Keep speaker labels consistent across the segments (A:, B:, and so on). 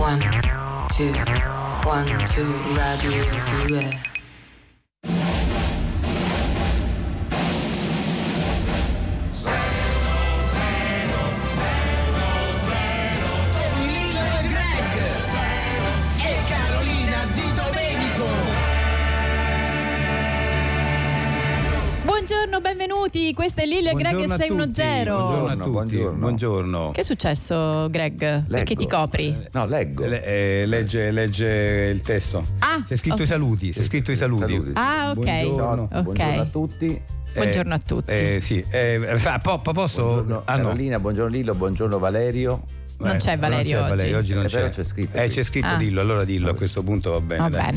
A: One, two, one, two, radio 2.
B: con Lino e Greg e Carolina Di Domenico.
C: Buongiorno, benvenuti. Questo è Lille Greg
D: Buongiorno a tutti.
C: 610.
D: Buongiorno a tutti.
E: Buongiorno.
D: Buongiorno.
C: Che è successo, Greg? Perché ti copri?
E: No, leggo.
D: Le- eh, legge, legge il testo.
C: Ah,
D: si è scritto
C: ok.
D: i saluti. Si è scritto i saluti.
E: Saluti.
C: Ah, ok.
D: Buongiorno.
C: Ok.
E: Buongiorno a tutti.
D: Eh,
C: Buongiorno a tutti.
D: eh, sì. Eh, fa- Poppa, posso?
E: Buongiorno
D: Ah, no. Eh,
E: Carolina, buongiorno Lillo, buongiorno Valerio.
C: Non c'è Valerio
D: non c'è Valerio,
C: oggi.
D: oggi non
E: Eh,
D: c'è.
E: però c'è scritto,
D: Eh,
E: sì.
D: c'è scritto,
C: Ah.
D: dillo, allora dillo a questo punto va bene.
C: Va
D: dai. Eh.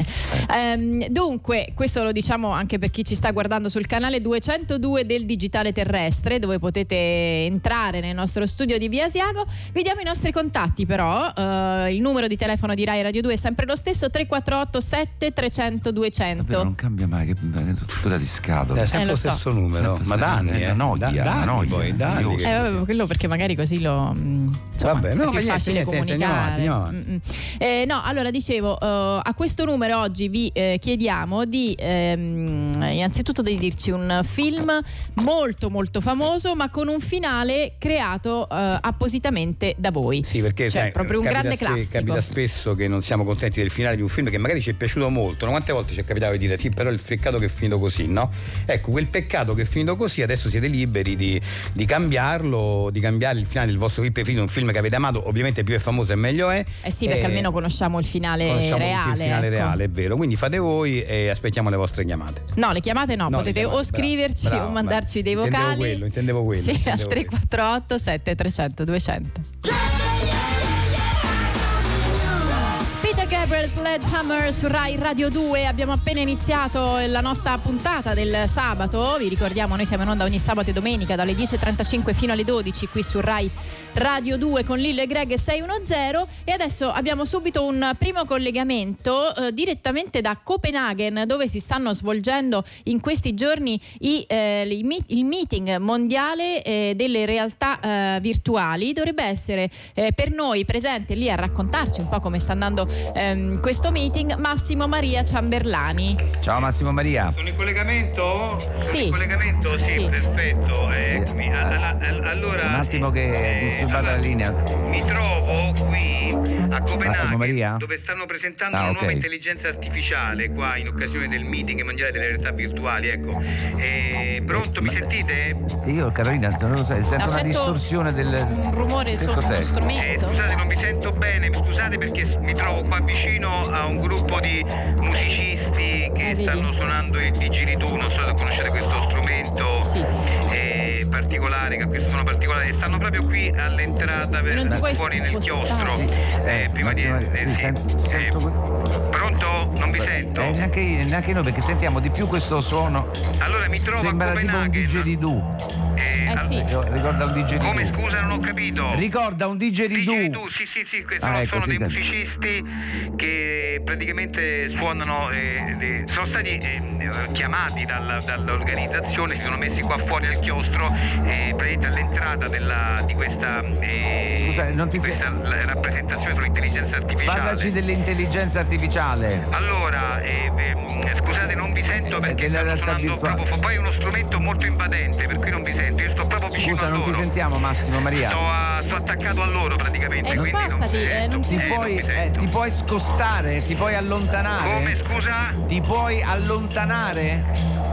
C: bene. Ehm, dunque, questo lo diciamo anche per chi ci sta guardando sul canale 202 del Digitale Terrestre, dove potete entrare nel nostro studio di Via Asiago. Vi diamo i nostri contatti, però. Eh, il numero di telefono di Rai Radio 2 è sempre lo stesso: 348 7300 200.
F: Davvero, non cambia mai, che che struttura di scatola.
D: Dai, sempre
C: Eh, lo
D: lo
C: so.
D: stesso numero,
F: Sempre
D: ma da
F: stesso-
D: anni,
F: è
D: eh.
F: una noia,
D: Da- da
F: una
D: anni
F: noia,
D: poi, da anni
F: noioso.
D: che-
C: Eh, vabbè, quello perché magari così lo. mh, Insomma,
D: Vabbè, no,
C: è più
D: niente,
C: facile
D: niente,
C: comunicare.
D: niente, andiamo
C: Mm, mm. Eh, no, allora dicevo, eh, a questo numero oggi vi eh, chiediamo di ehm, innanzitutto di dirci un film molto molto famoso, ma con un finale creato eh, appositamente da voi.
D: Sì, perché
C: Cioè,
D: sai,
C: proprio un
D: capita
C: grande
D: spe-
C: classico.
D: Capita spesso che non siamo contenti del finale di un film che magari ci è piaciuto molto. no? Quante volte ci è capitato di dire sì, però il peccato che è finito così, no? Ecco, quel peccato che è finito così, adesso siete liberi di, di cambiarlo, di cambiare il finale del vostro film preferito, un film che avete amato, ovviamente più è famoso e meglio è.
C: Eh sì, perché
D: Eh,
C: almeno conosciamo il finale
D: conosciamo tutti
C: reale.
D: il finale
C: ecco.
D: reale, è vero. Quindi fate voi e aspettiamo le vostre chiamate.
C: No, le chiamate no,
D: No, le
C: potete
D: chiamate,
C: o scriverci
D: bravo,
C: o
D: bravo,
C: mandarci dei
D: bravo. Intendevo
C: vocali.
D: quello, intendevo quello,
C: Sì,
D: intendevo
C: al
D: quello.
C: 348 7300 200. Peter Gabriel Sledgehammer su Rai Radio 2 abbiamo appena iniziato la nostra puntata del sabato vi ricordiamo noi siamo in onda ogni sabato e domenica dalle 10.35 fino alle 12 qui su Rai Radio 2 con Lillo e Greg e 610 e adesso abbiamo subito un primo collegamento eh, direttamente da Copenaghen dove si stanno svolgendo in questi giorni i, eh, i meet- il meeting mondiale eh, delle realtà eh, virtuali dovrebbe essere eh, per noi presente lì a raccontarci un po' come sta andando ehm, questo meeting Massimo Maria Ciamberlani
F: Eh, Ciao Massimo Maria.
G: Sono in collegamento?
C: Sì.
G: Sono in collegamento? Sì,
C: Sì.
G: perfetto. Eccomi.
F: Eh,
G: Alla- all- allora.
F: un attimo che è
G: eh,
F: disturbata
G: allora,
F: la linea.
G: Mi trovo qui a
F: Maria?
G: Copenaghen dove stanno presentando
F: Ah,
G: una
F: ok.
G: nuova intelligenza artificiale qua in occasione del meeting mondiale delle realtà virtuali. Ecco. Eh, pronto, mi
F: Ma-
G: sentite?
F: Io Carolina, non lo so, sento
C: No,
F: una
C: sento
F: distorsione del.
C: un rumore
F: Che
C: su uno
F: cos'è?
G: Eh,
C: strumento
G: scusate, non mi sento bene, mi scusate perché s- mi trovo qua vicino a un gruppo di musicisti
C: Eh,
G: che
C: vedi.
G: stanno suonando il didgeridoo, non so se conoscete questo strumento
C: Sì.
G: eh, particolare, che ha questo suono particolare, stanno proprio qui all'entrata
C: Non ti puoi
G: per, fuori nel
C: spostare.
G: chiostro. Eh, prima di...
F: Massimo
G: eh,
F: Maria, sì,
G: sì.
F: sento-
G: Eh,
F: sento que-
G: pronto? Non mi sento?
F: Eh, neanche, io- neanche noi perché sentiamo di più questo suono.
G: Allora mi trovo a
F: Sembra tipo un
G: Copenaghen.
F: digeridoo.
G: Eh,
C: Eh
G: al-
C: sì.
F: Io- Ricorda un digeridoo.
G: Come scusa non ho capito?
F: Ricorda un digeridoo.
G: Didgeridoo, sì, sì, sì, que-
F: Ah,
G: sono,
F: ecco,
G: sono
F: si
G: dei
F: sente.
G: musicisti che praticamente suonano, eh, eh, sono stati eh, eh, chiamati dalla- dall'organizzazione, si sono messi qua fuori al chiostro, eh, praticamente all'entrata della- di questa, eh,
F: Scusa, non ti
G: di
F: sei-
G: questa la- rappresentazione sull'intelligenza artificiale.
F: Parlaci dell'intelligenza artificiale.
G: Allora, eh, eh, scusate, non vi sento perché
F: della
G: stanno
F: realtà
G: suonando
F: virtuale.
G: proprio, fu- poi è uno strumento molto invadente, per cui non vi sento, io sto proprio vicino
F: Scusa,
G: a
F: non
G: loro.
F: ti sentiamo Massimo Maria.
G: Sto, a- sto attaccato a loro praticamente.
C: Eh,
G: quindi non mi
C: spostati, eh,
G: sento.
C: non si
G: Eh,
F: ti
C: può.
G: non
F: puoi,
G: mi
F: eh,
G: sento.
F: ti puoi scostare, ti puoi
G: Come
F: allontanare.
G: scusa?
F: Ti puoi allontanare?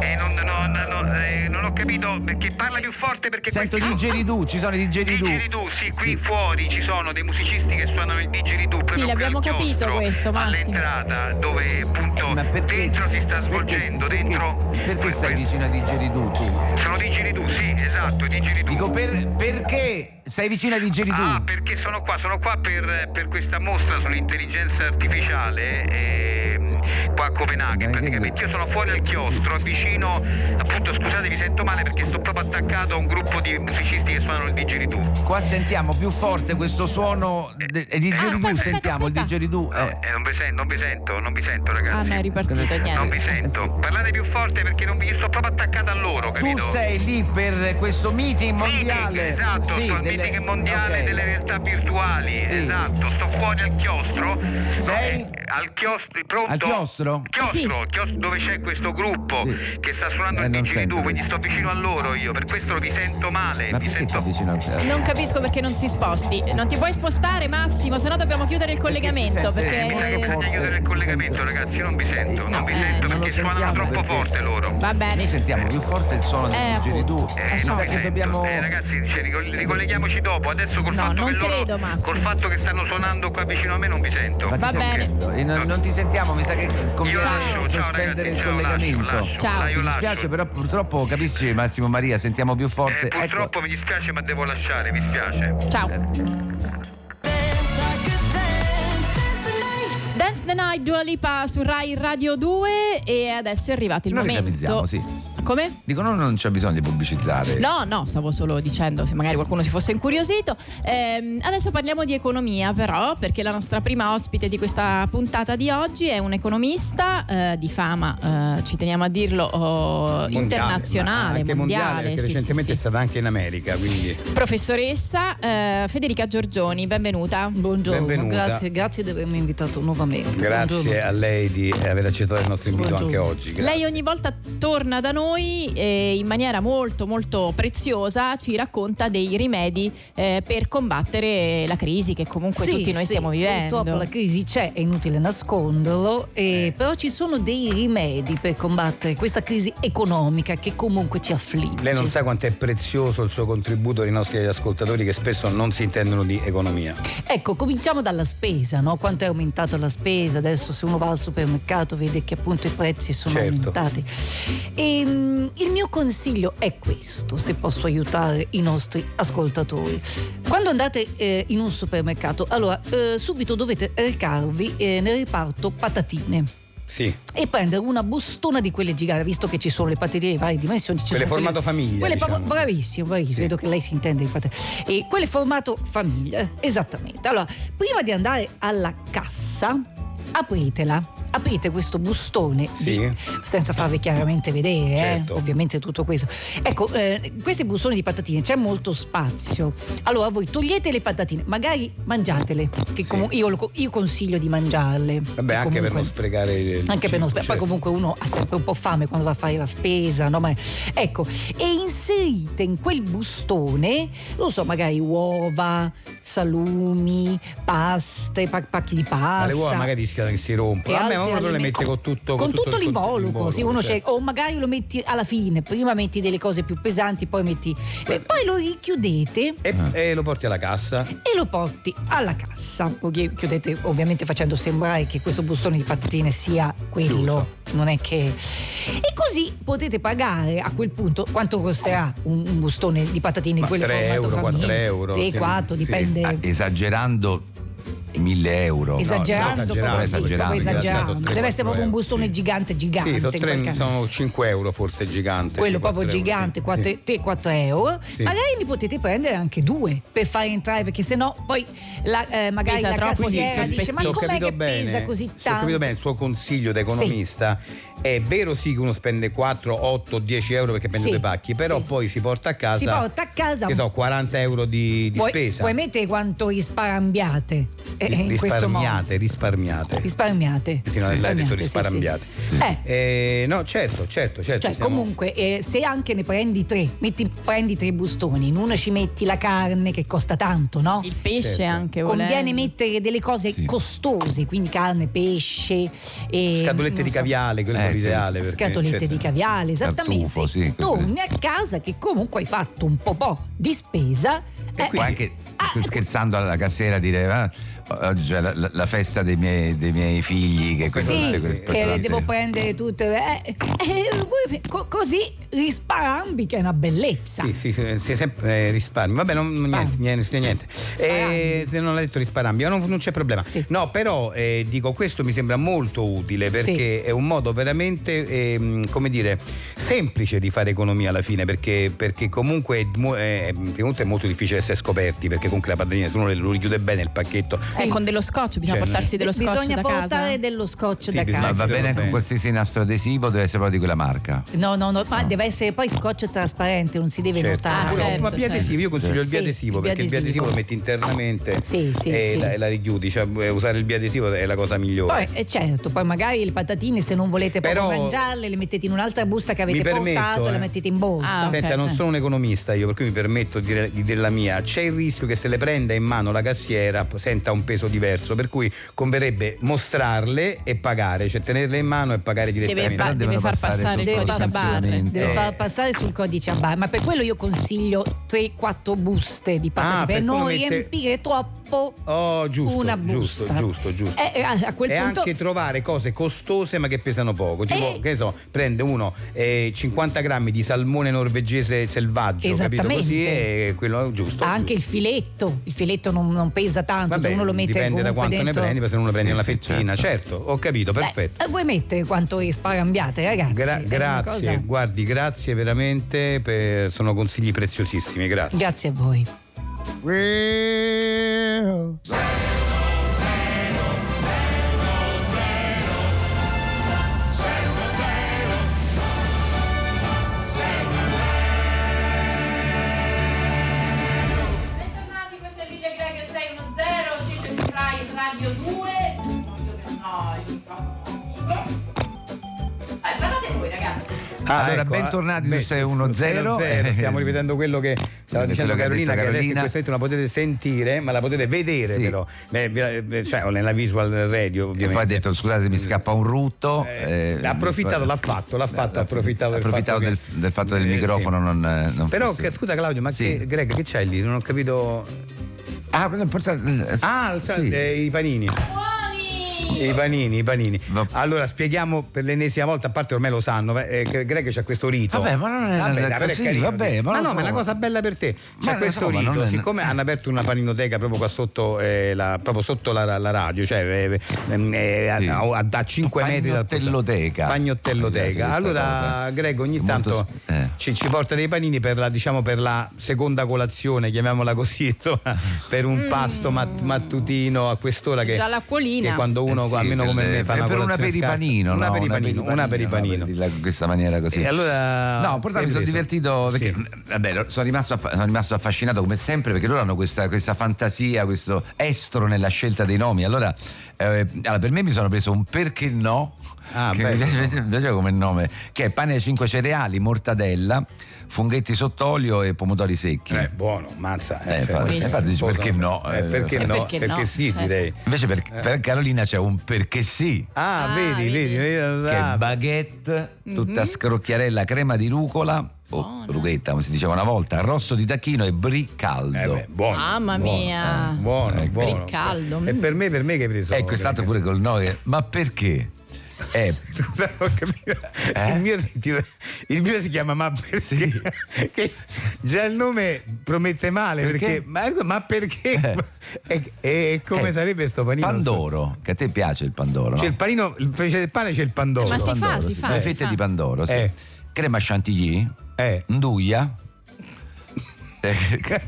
G: Eh, non, no, no, no, eh, non ho capito perché parla più forte perché
F: Sento
G: questi-
F: digeridoo, ci sono i digeridoo.
G: Didgeridoo, sì, qui fuori ci sono dei musicisti che suonano il didgeridoo proprio qui
C: l'abbiamo
G: al
C: capito
G: chiostro,
C: questo, Massimo.
G: All'entrata dove appunto
F: Eh, ma perché?
G: dentro si sta
F: perché-
G: svolgendo,
F: perché-
G: dentro
F: Perché,
G: que-
F: stai
G: que-
F: vicino a digeridoo tu?
G: Sono didgeridoo, sì, esatto, i didgeridoo.
F: Dico per- perché sei vicino a digeridoo?
G: Ah, perché sono qua? Sono qua per, per questa mostra sull'intelligenza artificiale ehm, qua a Copenaghen.
F: Ma che-
G: Praticamente io sono fuori al chiostro, vicino, appunto scusate vi sento male perché sto proprio attaccato a un gruppo di musicisti che suonano il didgeridoo.
F: Qua sentiamo più forte questo suono de- è
G: Ah,
F: digeridoo,
C: aspetta,
F: sentiamo
C: aspetta, aspetta.
F: il digeridoo. eh.
G: Eh, non, vi sen- non vi sento, non vi sento ragazzi.
C: ah no è ripartito
G: non
C: niente
G: vi sento. Parlate più forte perché non vi- io sto proprio attaccato a loro,
F: Eh, Tu
G: capito?
F: sei lì per questo meeting mondiale
G: Meeting, esatto,
F: sì,
G: sto al
F: delle
G: meeting politica mondiale
F: Ok.
G: delle realtà virtuali.
F: Sì.
G: Esatto, sto fuori al chiostro. No,
F: Sei?
G: eh, al chiostro, pronto?
F: Al chiostro?
G: Chiostro, chiostro dove c'è questo gruppo
F: Sì.
G: che sta suonando
F: Eh,
G: il
F: non
G: didgeridoo,
F: sento
G: quindi
F: questo.
G: sto vicino a loro io, per questo vi sento male,
F: Ma
G: vi
F: perché
G: sento
F: stai vicino al cielo?
C: Non capisco perché non si sposti. Non ti puoi spostare, Massimo, sennò dobbiamo chiudere il collegamento.
F: si sente-
C: Perché.
G: Eh, Mi sa che bisogna chiudere il collegamento ragazzi, io non vi sento, non vi
C: eh,
G: sento
F: non lo
G: perché suonano
F: sentiamo
G: troppo
F: perché-
G: forte loro.
C: Va
F: Noi
C: bene.
F: sentiamo più forte il suono
C: Eh,
F: del didgeridoo.
C: appunto.
G: Eh,
F: Mi
G: no,
F: sa
G: vi
F: che
G: sento.
F: dobbiamo...
G: Eh, ragazzi, ci ricol- ricolleghiamoci dopo. Adesso col
C: No,
G: fatto che
C: non
G: loro
C: credo, Massimo.
G: col fatto che stanno suonando qua vicino a me non vi sento.
F: Ma ti
C: Va
F: sento-
C: bene.
F: Eh, non, non ti sentiamo, mi sa che
G: Io
F: conviene
G: lascio, ciao
F: sospendere
G: ragazzi,
F: il
G: ciao,
F: collegamento.
G: lascio, lascio.
C: Ciao.
G: Dai, io
F: Mi dispiace,
G: lascio.
F: però purtroppo capisci Massimo Maria, sentiamo più forte.
G: Eh,
F: Ecco.
G: purtroppo mi dispiace ma devo lasciare, mi spiace.
C: Ciao. Dance the Night Dua Lipa su Rai Radio 2 e adesso è arrivato il
F: Noi
C: momento.
F: reclamizziamo, sì.
C: Come?
F: Dico, no, non c'è bisogno di pubblicizzare.
C: No, no, stavo solo dicendo se magari qualcuno si fosse incuriosito. Ehm, adesso parliamo di economia, però, perché la nostra prima ospite di questa puntata di oggi è un economista eh, di fama, eh, ci teniamo a dirlo, oh, internazionale,
D: ma anche
C: mondiale.
D: perché
C: sì, sì,
D: recentemente
C: sì.
D: è stata anche in America, quindi
C: Professoressa eh, Federica Giorgioni, benvenuta.
H: Buongiorno,
D: Benvenuta.
H: grazie, grazie di avermi invitato nuovamente.
D: grazie
H: Buongiorno.
D: a lei di aver accettato il nostro invito
H: Buongiorno.
D: anche oggi. grazie.
C: Lei ogni volta torna da noi e in maniera molto molto preziosa ci racconta dei rimedi eh, per combattere la crisi che comunque
H: Sì,
C: tutti noi
H: sì,
C: stiamo vivendo. Eh.
H: Purtroppo la crisi c'è, è inutile nasconderlo, e- però ci sono dei rimedi per combattere questa crisi economica che comunque ci affligge.
D: Lei non sa quanto è prezioso il suo contributo ai nostri ascoltatori che spesso non si intendono di economia.
H: Ecco, cominciamo dalla spesa, no? quanto è aumentata la spesa, adesso se uno va al supermercato vede che appunto i prezzi sono
D: Certo.
H: aumentati. E, mm, il mio consiglio è questo, se posso aiutare i nostri ascoltatori. Quando andate eh, in un supermercato, allora eh, subito dovete recarvi eh, nel reparto patatine
D: Sì,
H: e prendere una bustona di quelle giganti, visto che ci sono le patatine di varie dimensioni. Ci
D: Quelle
H: sono
D: formato famiglia,
H: Quelle
D: diciamo.
H: proprio- bravissimo, bravissimo,
D: Sì.
H: vedo che lei si intende di patatine. E quelle formato famiglia, esattamente. Allora, prima di andare alla cassa, apritela. Aprite questo bustone
D: Sì.
H: di- senza farvi chiaramente vedere, eh,
D: Certo.
H: ovviamente tutto questo. Ecco, eh, questi bustoni di patatine c'è molto spazio. Allora voi togliete le patatine, magari mangiatele, che comu- io, lo co- io consiglio di mangiarle.
D: vabbè, anche
H: che
D: per non
H: comunque-
D: sprecare il
H: anche per non
D: cibo,
H: spendere, poi
D: certo.
H: comunque uno ha sempre un po' fame quando va a fare la spesa, no? Ma ecco, e inserite in quel bustone, non so, magari uova, salumi, paste, pa- pacchi di pasta.
D: Ma le uova magari rischiano che si
H: E
D: rompono. Vabbè,
H: altri
D: ma uno le
H: alimenti-
D: mette con tutto
H: con tutto,
D: il-
H: l'involucro, sì, uno
D: certo.
H: c'è- o magari lo metti alla fine, prima metti delle cose più pesanti, poi metti eh, poi lo richiudete
D: E, e lo porti alla cassa.
H: e lo porti alla cassa. Ok, Chiudete ovviamente facendo sembrare che questo bustone di patatine sia quello,
D: Chiuso.
H: non è che. E così potete pagare a quel punto quanto costerà un, un bustone di patatine
D: Ma
H: di quel
D: 3
H: formato
D: euro,
H: famiglia.
D: 4 euro,
H: 3,
D: sì,
H: 4,
D: sì.
H: dipende.
F: Ah, esagerando 1000 euro. no?
D: no,
H: Esagerando, proprio, sì,
F: esagerando,
H: proprio
F: perché
H: esagerando.
D: ha dato tre,
H: deve essere proprio un
D: quattro
H: bustone
D: euro, sì.
H: gigante, gigante.
D: Sì, sono,
H: in quel
D: tre-
H: caso.
D: sono 5 euro forse gigante.
H: quello
D: sì,
H: proprio
D: quattro euro,
H: gigante,
D: sì.
H: 4,
D: Sì.
H: 4 euro,
D: Sì.
H: magari ne potete prendere anche due per far entrare, perché sennò poi la, eh, magari
C: Pesa
H: la
C: troppo, sì,
H: cassiera
C: sì,
H: eh, dice: Ma
D: se ho
H: com'è
D: capito
H: che pesa
D: bene-
H: così
D: se Ho capito
H: tanto?
D: bene il suo consiglio da economista. È vero sì che uno spende 4, 8, 10 euro perché prende
H: Sì,
D: due pacchi, però
H: sì.
D: poi si porta a casa.
H: Si porta a casa-
D: Che so, 40 euro di, di
H: puoi,
D: spesa.
H: puoi mettere quanto risparmiate eh,
D: Ri-
H: in questo modo.
D: risparmiate, risparmiate.
H: Risparmiate.
D: Sì, no, lei ha detto
H: Risparmiate, sì, sì.
D: risparmiate.
H: Eh.
D: Eh, no, certo, certo, certo.
H: Cioè,
D: siamo-
H: comunque, eh, se anche ne prendi tre, metti- prendi tre bustoni, in uno ci metti la carne che costa tanto, no?
C: Il pesce
D: Certo.
C: anche
H: Conviene
C: volendo.
H: mettere delle cose
F: Sì.
H: costose, quindi carne, pesce, e,
D: Scatolette
H: non
D: di
H: so,
D: caviale, quello
F: Eh,
D: è
F: sì.
D: l'ideale. perché,
H: Scatolette
D: certo.
H: di caviale, esattamente.
F: Tartufo, sì, così.
H: Torni a casa che comunque hai fatto un po' po' di spesa. eh,
F: Puoi anche
H: Ah, ecco.
F: scherzando alla cassiera dire "Ah, oggi è la, la- la festa dei miei, dei miei figli che questo-
H: Sì,
F: questo-
H: che
F: questo-
H: devo prendere tutte. eh, eh, voi- co- così risparambi che è una bellezza.
D: Sì, sì, sì, sì, sempre eh, risparmio. Vabbè, non, non niente, niente, niente. Eh, se non l'ha detto risparmio, non, non c'è problema.
H: Sì.
D: No, però eh, dico, questo mi sembra molto utile perché
H: Sì.
D: è un modo veramente, ehm, come dire, semplice di fare economia alla fine, perché, perché comunque è, mo- eh, prima di tutto è molto difficile essere scoperti, perché comunque la padrina, se uno lo richiude bene il pacchetto,
H: sì.
C: Eh, con dello scotch, bisogna
D: Cioè,
C: portarsi dello scotch
H: Bisogna
C: da
H: portare
C: casa.
H: dello scotch
D: Sì,
H: da
D: bisogna-
F: Ma
H: casa.
F: va
D: Sì,
F: bene
D: va
F: con
D: bene.
F: qualsiasi nastro adesivo, deve essere proprio di quella marca.
H: No, no, no, ma deve essere poi scotch trasparente, non si deve
D: Certo.
H: notare.
C: Ah,
D: Però-
C: certo,
D: ma biadesivo,
C: certo.
D: io consiglio il
H: Sì,
D: biadesivo
H: il
D: perché il biadesivo
H: biadesivo
D: lo metti internamente
H: Sì, sì,
D: e,
H: sì.
D: La, e la richiudi, cioè eh, usare il biadesivo è la cosa migliore.
H: Poi, eh, certo, poi magari le patatine se non volete proprio
D: Però-
H: mangiarle le mettete in un'altra busta che avete
D: Mi permetto,
H: portato e
D: eh.
H: la mettete in borsa.
C: Ah, ok.
D: Senta, non
C: eh.
D: sono un economista io, per cui mi permetto di dire, di dire la mia. C'è il rischio che se le prenda in mano la cassiera p- senta un peso diverso, per cui converrebbe mostrarle e pagare, cioè tenerle in mano e pagare
C: Deve,
D: direttamente.
C: pa-
F: Però
C: deve
F: devono
C: far
F: passare
C: passare il
H: sotto
C: codice a barre.
F: sanzionamento.
H: Deve
D: eh.
H: far passare sul codice a bar, ma per quello io consiglio 3-4 buste di patatine
D: Ah,
H: per
D: per
H: non
D: quello mette-
H: riempire troppo
D: Oh, giusto,
H: una
D: giusto,
H: busta.
D: giusto, giusto.
H: Eh, eh, a a quel
D: e
H: punto
D: anche trovare cose costose ma che pesano poco. Tipo,
H: Eh.
D: che ne so, prende uno eh, 50 grammi di salmone norvegese selvaggio, capito
H: Esattamente.
D: così, e quello è giusto.
H: anche il
D: giusto.
H: filetto, il filetto non, non pesa tanto,
D: Vabbè,
H: se uno lo mette
D: dipende da
H: comunque
D: quanto
H: dentro-
D: ne prendi, perché se non lo prendi
F: Sì,
D: una
F: sì,
D: fettina, certo. Ho capito,
H: Beh,
D: perfetto.
H: eh, voi mettere quanto risparmiate, ragazzi.
D: Gra-
H: Eh, È una
D: grazie,
H: cosa-
D: guardi, grazie veramente, per- sono consigli preziosissimi, grazie.
H: Grazie a voi.
I: Bentornati, questa è Lilia Greg 610, siete su Rai Radio 2. No, io che no, il microfono attivo. Vai, parlate voi ragazzi.
D: Ah,
F: Allora,
D: ecco,
F: bentornati
D: ah,
F: su
D: beh,
F: 610.
D: eh, Stiamo ripetendo quello che stava
F: Quello
D: dicendo
F: che ha
D: Carolina,
F: detto
D: che adesso in
F: Carolina.
D: questo momento non la potete sentire, ma la potete vedere
F: Sì.
D: però. Beh, vi- eh, cioè, nella visual radio,
F: E
D: ovviamente.
F: poi ha detto scusate mi scappa un rutto.
D: Eh,
F: eh,
D: l'ha approfittato, l'ha fatto, l'ha fatto, ha approfittato del
F: approfittato
D: fatto
F: del,
D: che-
F: del fatto del
D: Eh, sì.
F: microfono non, eh, non
D: Però
F: fosse-
D: che- scusa Claudio, ma
F: Sì.
D: che, Greg, che c'hai lì? Non ho capito.
F: Ah, però porta-
D: Ah, il sa-
F: sì.
D: eh, i panini.
I: Buoni!
D: I panini, i panini.
F: Va-
D: Allora spieghiamo per l'ennesima volta, a parte ormai lo sanno, eh, che Greg c'ha questo rito.
F: Vabbè, ma non è
D: Vabbè,
F: una-
D: dai, però è
F: sì,
D: carino,
F: vabbè,
D: dai.
F: ma
D: ma,
F: lo
D: no,
F: so.
D: ma è una cosa bella per te. C'è
F: lo
D: questo
F: so, ma
D: rito,
F: non è-
D: siccome hanno aperto una paninoteca proprio qua sotto, eh, la, proprio sotto la, la- la radio, cioè eh, eh, eh, a,
F: Sì.
D: a- a 5 metri dal
F: Pagnottelloteca. Mi piace
D: Pagnottelloteca.
F: questa
D: Allora,
F: cosa.
D: Greg ogni
F: È
D: tanto
F: molto sp- eh.
D: ci, ci porta dei panini per la, diciamo, per la seconda colazione, chiamiamola così, insomma, per un pasto mat- mattutino a quest'ora che
C: Mm. Già l'acquolina.
D: che quando uno
F: Eh sì,
D: almeno come
F: per le-
D: me fa
F: per
D: una
F: per una
D: colazione scarsa.
F: peripanino,
D: una
F: no?
D: peripanino, una peripanino.
F: no, per- in questa maniera così.
D: E allora-
F: No, porca,
D: l'hai
F: mi sono
D: preso?
F: divertito perché
D: Sì.
F: vabbè, lo- sono, rimasto affa- sono rimasto affascinato come sempre perché loro hanno questa, questa fantasia, questo estro nella scelta dei nomi. Allora, eh, allora, per me mi sono preso un perché no,
D: Ah,
F: che mi
D: bello.
F: piace, mi piace come nome, che è pane e 5 cereali, mortadella, funghetti sott'olio e pomodori secchi.
D: Eh, buono, mazza.
F: Eh, infatti,
D: cioè,
F: infatti dici,
D: cosa-
F: perché no? cioè,
D: Eh, perché
C: Eh,
D: no?
C: perché
D: Perché,
C: no,
D: sì,
C: certo.
D: direi.
F: Invece per, per Carolina c'è un perché sì.
D: Ah,
C: Ah,
D: vedi, vedi,
C: vedi.
D: vedi,
F: che è
D: ah,
F: baguette tutta scrocchiarella, crema di rucola o rughetta, come si diceva una volta, arrosto di tacchino e brie caldo.
D: eh, beh, buono.
C: Mamma
D: buono,
C: mia.
D: eh, Buono,
F: Ecco.
D: buono.
C: Riccaldo,
D: E
C: mm.
D: per me, per me che hai preso?
F: e quest'altro Ecco, pure col noie. Ma perché? Eh,
D: Scusa, non ho capito. Il, mio, ti- il mio si chiama Ma perché? Che già il nome promette male perché,
F: Perché?
D: ma, ma perché? E, e come
F: eh,
D: sarebbe sto panino?
F: Pandoro, che a te piace il pandoro,
D: C'è
F: no?
D: il panino, il- c'è il pane, c'è il pandoro.
C: Ma si fa,
F: Pandoro,
C: si
F: sì.
C: fa.
F: Le
C: si
F: fette
C: fa.
F: di pandoro, sì.
D: Eh.
F: Crema chantilly,
D: Eh.
F: nduja, eh,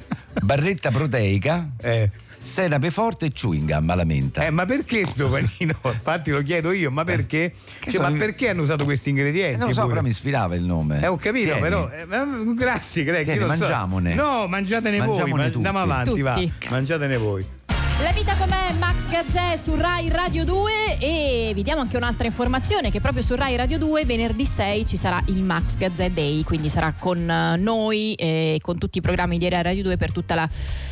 F: barretta proteica,
D: Eh.
F: senape forte e chewing gum alla menta.
D: Eh, ma perché sto panino? Infatti lo chiedo io, ma perché?
F: Eh. Che
D: Cioè,
F: so,
D: ma
F: io-
D: perché hanno usato questi
F: Eh,
D: ingredienti?
F: non lo so,
D: pure?
F: però mi ispirava il nome.
D: Eh, ho capito,
F: Tieni.
D: però. eh, ma- grazie, Greg.
F: Tieni,
D: io non so.
F: mangiamone.
D: No, mangiatene voi.
F: Mangiamone
D: ma-
F: tutti.
D: andiamo avanti, va.
C: Tutti.
D: Mangiatene voi.
C: La vita com'è Max Gazzè su Rai Radio 2 e vi diamo anche un'altra informazione che proprio su Rai Radio 2 venerdì 6 ci sarà il Max Gazzè Day, quindi sarà con eh, noi e con tutti i programmi di Rai Radio 2 per tutta la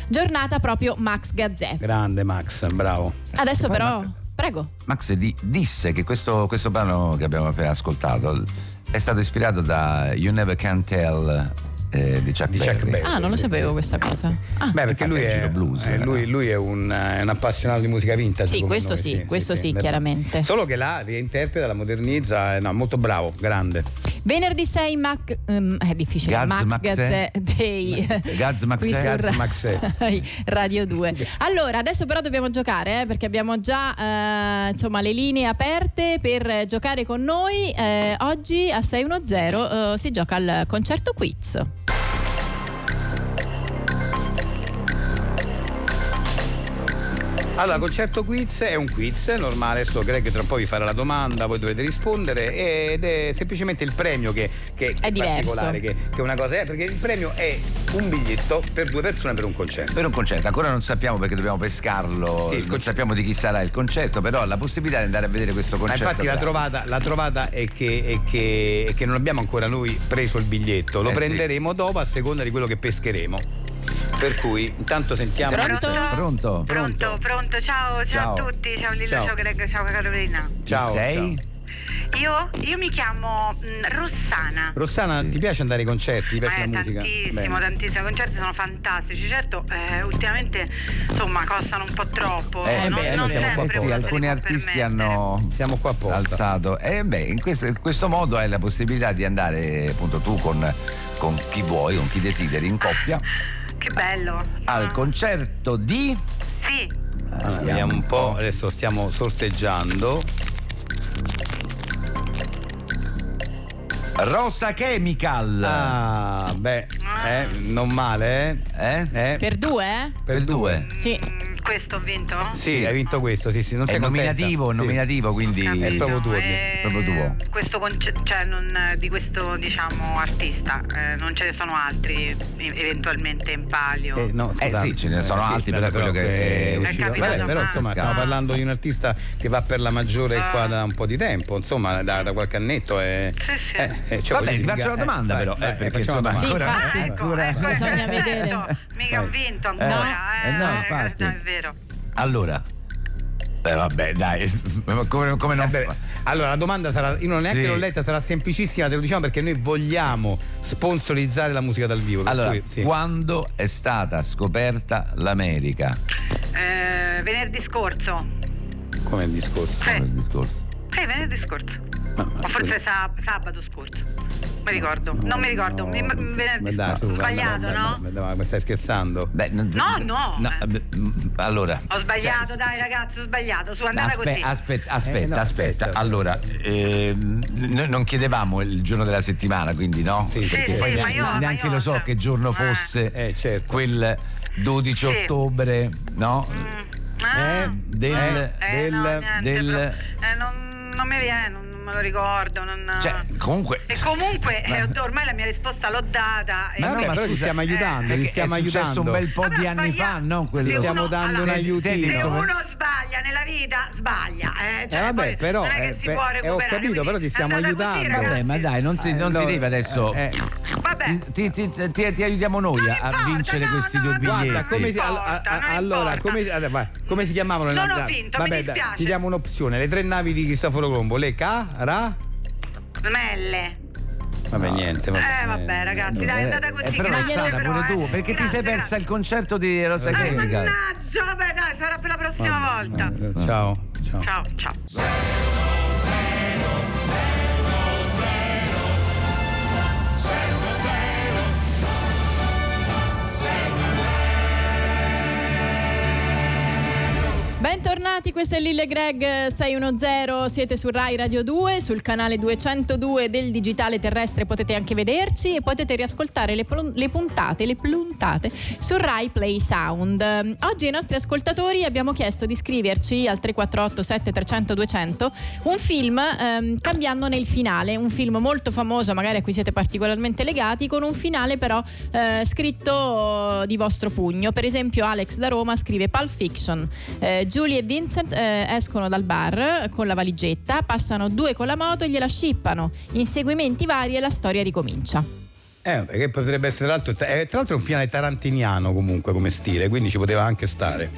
C: giornata proprio Max Gazzè.
D: Grande, Max, bravo.
C: Adesso però, prego.
F: Max di- disse che questo, questo brano che abbiamo appena ascoltato l- è stato ispirato da You Never Can Tell eh, di Chuck
D: Di
F: Berry.
D: Chuck Berry.
C: Ah, non lo sapevo questa cosa. Ah.
D: Beh, perché
F: infatti
D: lui
F: è
D: è,
F: un giro blues,
D: eh,
F: eh.
D: lui, lui è un, eh, un appassionato di musica vintage.
C: Sì,
D: come
C: questo
D: noi,
C: sì, questo sì,
D: beh.
C: chiaramente.
D: Solo che la reinterpreta, la modernizza, eh, no, molto bravo, grande.
C: Venerdì 6 Max ehm, è difficile,
F: Gaz,
C: Max
F: Maxè.
C: Gazzè Day.
F: Gaz Maxè.
C: Qui su
F: Gaz
C: Ra-
D: Maxè.
C: Radio 2. Allora, adesso però dobbiamo giocare eh, perché abbiamo già eh, insomma le linee aperte per eh, giocare con noi. Eh, oggi a 610 eh, si gioca al concerto quiz.
D: Allora, col certo quiz è un quiz è normale, adesso Greg tra un po' vi farà la domanda, voi dovrete rispondere ed è semplicemente il premio che, che- che
C: È diverso.
D: particolare, che, che è una cosa è, perché il premio è un biglietto per due persone per un concerto.
F: Per un concerto, ancora non sappiamo perché dobbiamo pescarlo,
D: Sì, il
F: non
D: concerto-
F: sappiamo di chi sarà il concerto, però la possibilità di andare a vedere questo
D: Ma
F: concerto.
D: Eh, infatti la
F: bravo.
D: trovata, la trovata è, che, è che- è che non abbiamo ancora noi preso il biglietto, lo
F: Eh sì.
D: prenderemo dopo a seconda di quello che pescheremo. Per cui intanto sentiamo...
C: Pronto?
F: Pronto?
E: Pronto?
J: Pronto, pronto, ciao, ciao,
E: Ciao.
J: a tutti, ciao Lillo,
D: Ciao.
J: ciao, Greg, ciao Carolina.
D: Ciao,
F: Chi sei?
D: ciao.
J: Io, io mi chiamo mm, Rossana.
D: Rossana,
F: Sì.
D: ti piace andare ai concerti? Ti
J: Ma
D: piace
J: è
D: la musica?
J: tantissimo,
D: Bene.
J: tantissimo, i concerti sono fantastici, certo eh, ultimamente insomma costano un po' troppo,
F: Eh,
J: non,
F: beh,
J: non
F: noi siamo un po'
J: sempre
F: sì,
J: uno se li
F: alcuni
J: può
F: artisti
J: permettere.
F: hanno
D: Siamo qua apposta.
F: alzato. E beh, in questo, in questo modo hai la possibilità di andare appunto tu con, con chi vuoi, con chi desideri, in coppia,
J: Che bello.
F: al
J: Ah,
F: concerto di...
J: Sì,
D: Ah, Vediamo un po', adesso stiamo sorteggiando.
F: Rosa Chemical.
D: Ah, beh, eh, non male, eh? Eh?
C: Per due, eh?
F: Per due.
C: Sì.
J: mm, questo ho vinto?
D: Sì, hai vinto questo, sì, sì, non
F: È
D: sei contenta?
F: nominativo,
D: Sì.
F: nominativo, quindi...
J: Capito,
D: È proprio tuo, sì,
J: eh,
F: proprio tuo.
J: Questo conce- cioè non, di questo diciamo artista, eh, non ce ne sono altri e- eventualmente in palio.
D: Eh, no,
F: Eh,
D: scusate.
F: sì, ce ne sono altri, però
D: vabbè,
F: quello che è
J: uscito.
D: Vabbè,
J: capitato
D: però
J: a
D: insomma,
J: Masca.
D: stiamo parlando di un artista che va per la maggiore qua da un po' di tempo, insomma, da, da qualche annetto. eh. È...
J: Sì, sì.
D: cioè,
F: Va bene, ti faccio una domanda, però, eh, perché, insomma,
C: Sì,
F: ancora-
J: Ah,
D: eh,
C: infatti.
J: ecco, ecco, ecco,
C: Bisogna
J: certo,
C: vedere.
J: Mica ho vinto
F: No.
J: ancora, eh,
F: Eh, no,
J: eh,
F: infatti.
J: è vero.
F: Allora... Eh, vabbè, dai, come, come non...
D: Vabbè, Eh, allora la domanda sarà, io non neanche
F: Sì.
D: l'ho letta, sarà semplicissima, te lo diciamo perché noi vogliamo sponsorizzare la musica dal vivo. per
F: Allora,
D: cui, sì.
F: quando è stata scoperta l'America?
J: Eh, venerdì scorso.
D: Com'è il discorso?
J: Sì,
F: Allora, il discorso.
J: sì, venerdì scorso.
D: Ah,
J: O forse sab- sabato scorso. Mi ricordo.
D: No,
J: non mi ricordo.
D: no,
J: mi-
D: no,
J: venerdì
D: ma dai,
J: scorso.
D: su,
J: Sbagliato,
D: ma- ma-
J: no? Eh,
D: ma- ma- ma- ma stai scherzando?
F: Beh, non-
J: No, no.
F: eh, beh, mm, allora.
J: Ho sbagliato,
F: Cioè,
J: dai ragazzi, ho sbagliato. Su, andata
F: aspe-
J: così.
F: aspetta, aspetta,
D: Eh, no,
F: aspetta.
D: aspetta.
F: Allora, ehm, noi non chiedevamo il giorno della settimana, quindi no?
D: Sì, sì,
F: Perché
D: sì,
F: poi
D: sì,
F: neanche,
J: ma io- ma
F: neanche
J: io-
F: lo so che giorno
J: eh.
F: fosse
D: Eh, certo.
F: quel 12
J: Sì.
F: ottobre, no?
J: Ah.
F: Eh, del-
J: Eh, no,
F: del-
J: niente,
F: del-
J: però- eh, non, non mi viene, non, non me lo ricordo. non-
F: Cioè, comunque.
J: E comunque
F: Ma-
J: eh, ormai la mia risposta l'ho data. eh. e
F: Ma
D: Ma
F: vabbè,
D: vabbè,
F: ma
D: però ti
F: scusa, eh,
D: stiamo aiutando, ti
F: Perché
D: stiamo
F: è successo
D: aiutando.
F: un bel po' di anni fa, no? Quello
D: Ti stiamo
J: Stiamo
D: dando un aiutino.
J: Se uno sbaglia nella vita, sbaglia. Eh,
D: Eh,
J: cioè,
D: vabbè,
J: poi
D: però,
J: non è che
D: eh,
J: si
D: beh,
J: può
D: eh, ho
J: recuperare,
D: capito,
J: quindi
D: però ti
J: è
D: stiamo
J: andata così,
D: aiutando.
J: ragazzi.
F: Vabbè, ma dai, non ti, non ti
D: Allora,
F: devi adesso.
D: eh,
J: Vabbè.
F: Ti, ti- ti- ti- ti aiutiamo noi
J: Non
F: a, a
J: importa,
F: vincere
J: no,
F: questi
J: no,
F: due
J: no,
F: biglietti.
D: Guarda, come si,
J: Non
D: all- a- a-
J: importa, non
D: allora,
J: importa.
D: come, si- allora, vai, come si chiamavano le
J: Non
D: navi?
J: ho
D: dai,
J: vinto, mi
D: Vabbè, dai,
J: dispiace.
D: ti diamo un'opzione, le tre navi di Cristoforo Colombo, le Ca, Ra.
J: Melle.
D: Vabbè, niente.
J: Eh, vabbè, ragazzi, dai, è andata
F: Eh,
J: così.
F: però
J: grazie,
F: Rossana,
J: però,
F: pure
J: eh.
F: tu, perché ti
J: Grazie,
F: sei persa
J: grazie.
F: il concerto di Rosa
J: Eh,
F: Chemical?
J: mannaggia, vabbè, dai, sarà per la prossima volta.
D: Eh, Ciao, ciao.
J: Ciao, ciao.
C: Bentornati, questo è Lille Greg eh, 610, siete su Rai Radio 2, sul canale 202 del digitale terrestre potete anche vederci e potete riascoltare le, plon- le puntate, le pluntate su Rai Play Sound. Ehm, Oggi ai nostri ascoltatori abbiamo chiesto di scriverci al 348 7300 200 un film ehm, cambiandone il finale, un film molto famoso, magari a cui siete particolarmente legati, con un finale però eh, scritto di vostro pugno. Per esempio Alex da Roma scrive Pulp Fiction. Eh, Julie e Vincent eh, escono dal bar con la valigetta, passano due con la moto e gliela scippano. Inseguimenti vari e la storia ricomincia.
D: Eh, vabbè, che potrebbe essere tra l'altro, eh, tra l'altro è un finale tarantiniano comunque come stile, quindi ci poteva anche stare.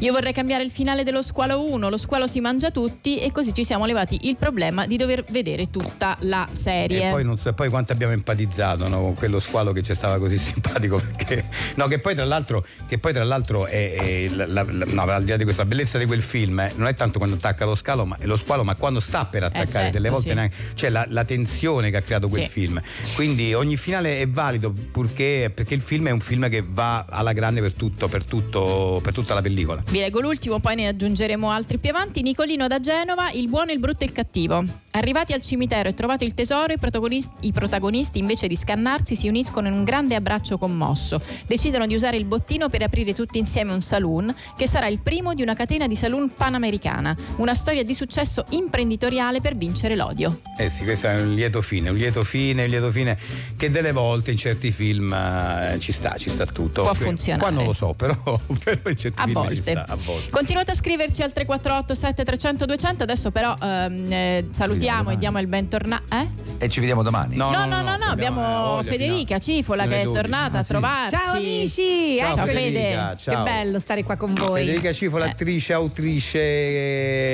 C: Io vorrei cambiare il finale dello squalo 1, lo squalo si mangia tutti e così ci siamo levati il problema di dover vedere tutta la serie.
D: E poi non so e poi quanto abbiamo empatizzato no, con quello squalo che ci stava così simpatico. Perché, no, che poi tra l'altro, che poi tra l'altro è, è la, la- la- no, al di là di questa bellezza di quel film, eh, non è tanto quando attacca lo, scalo, ma, lo squalo, ma quando sta per attaccare,
C: certo,
D: delle volte
C: sì.
D: neanche. Cioè la, la tensione che ha creato quel
C: Sì.
D: film. Quindi ogni finale è valido purché, perché il film è un film che va alla grande per tutto, per tutto, per tutta la pellicola.
C: Vi leggo l'ultimo, poi ne aggiungeremo altri più avanti. Nicolino da Genova, il buono, il brutto e il cattivo. Arrivati al cimitero e trovato il tesoro, i protagonisti, i protagonisti invece di scannarsi si uniscono in un grande abbraccio commosso. Decidono di usare il bottino per aprire tutti insieme un saloon che sarà il primo di una catena di saloon panamericana, una storia di successo imprenditoriale per vincere l'odio.
D: Eh sì, questo è un lieto fine, un lieto fine, un lieto fine che delle volte in certi film eh, ci sta, ci sta tutto.
C: Può
D: Cioè,
C: funzionare.
D: Qua non lo so, però, però in certi
C: A
D: film ci
C: volte.
D: sta, a volte.
C: Continuate a scriverci al 348 7300 200, adesso però ehm, eh, salutiamo e diamo il bentornato. Eh?
F: E ci vediamo domani.
C: No, no, no, no, abbiamo eh, Federica Cifola che è tornata
D: Ah,
C: a trovarci.
H: Ciao amici,
D: Ciao,
H: eccoci.
D: Federica, ciao.
H: Che bello stare qua con voi.
D: Federica Cifola, attrice, autrice,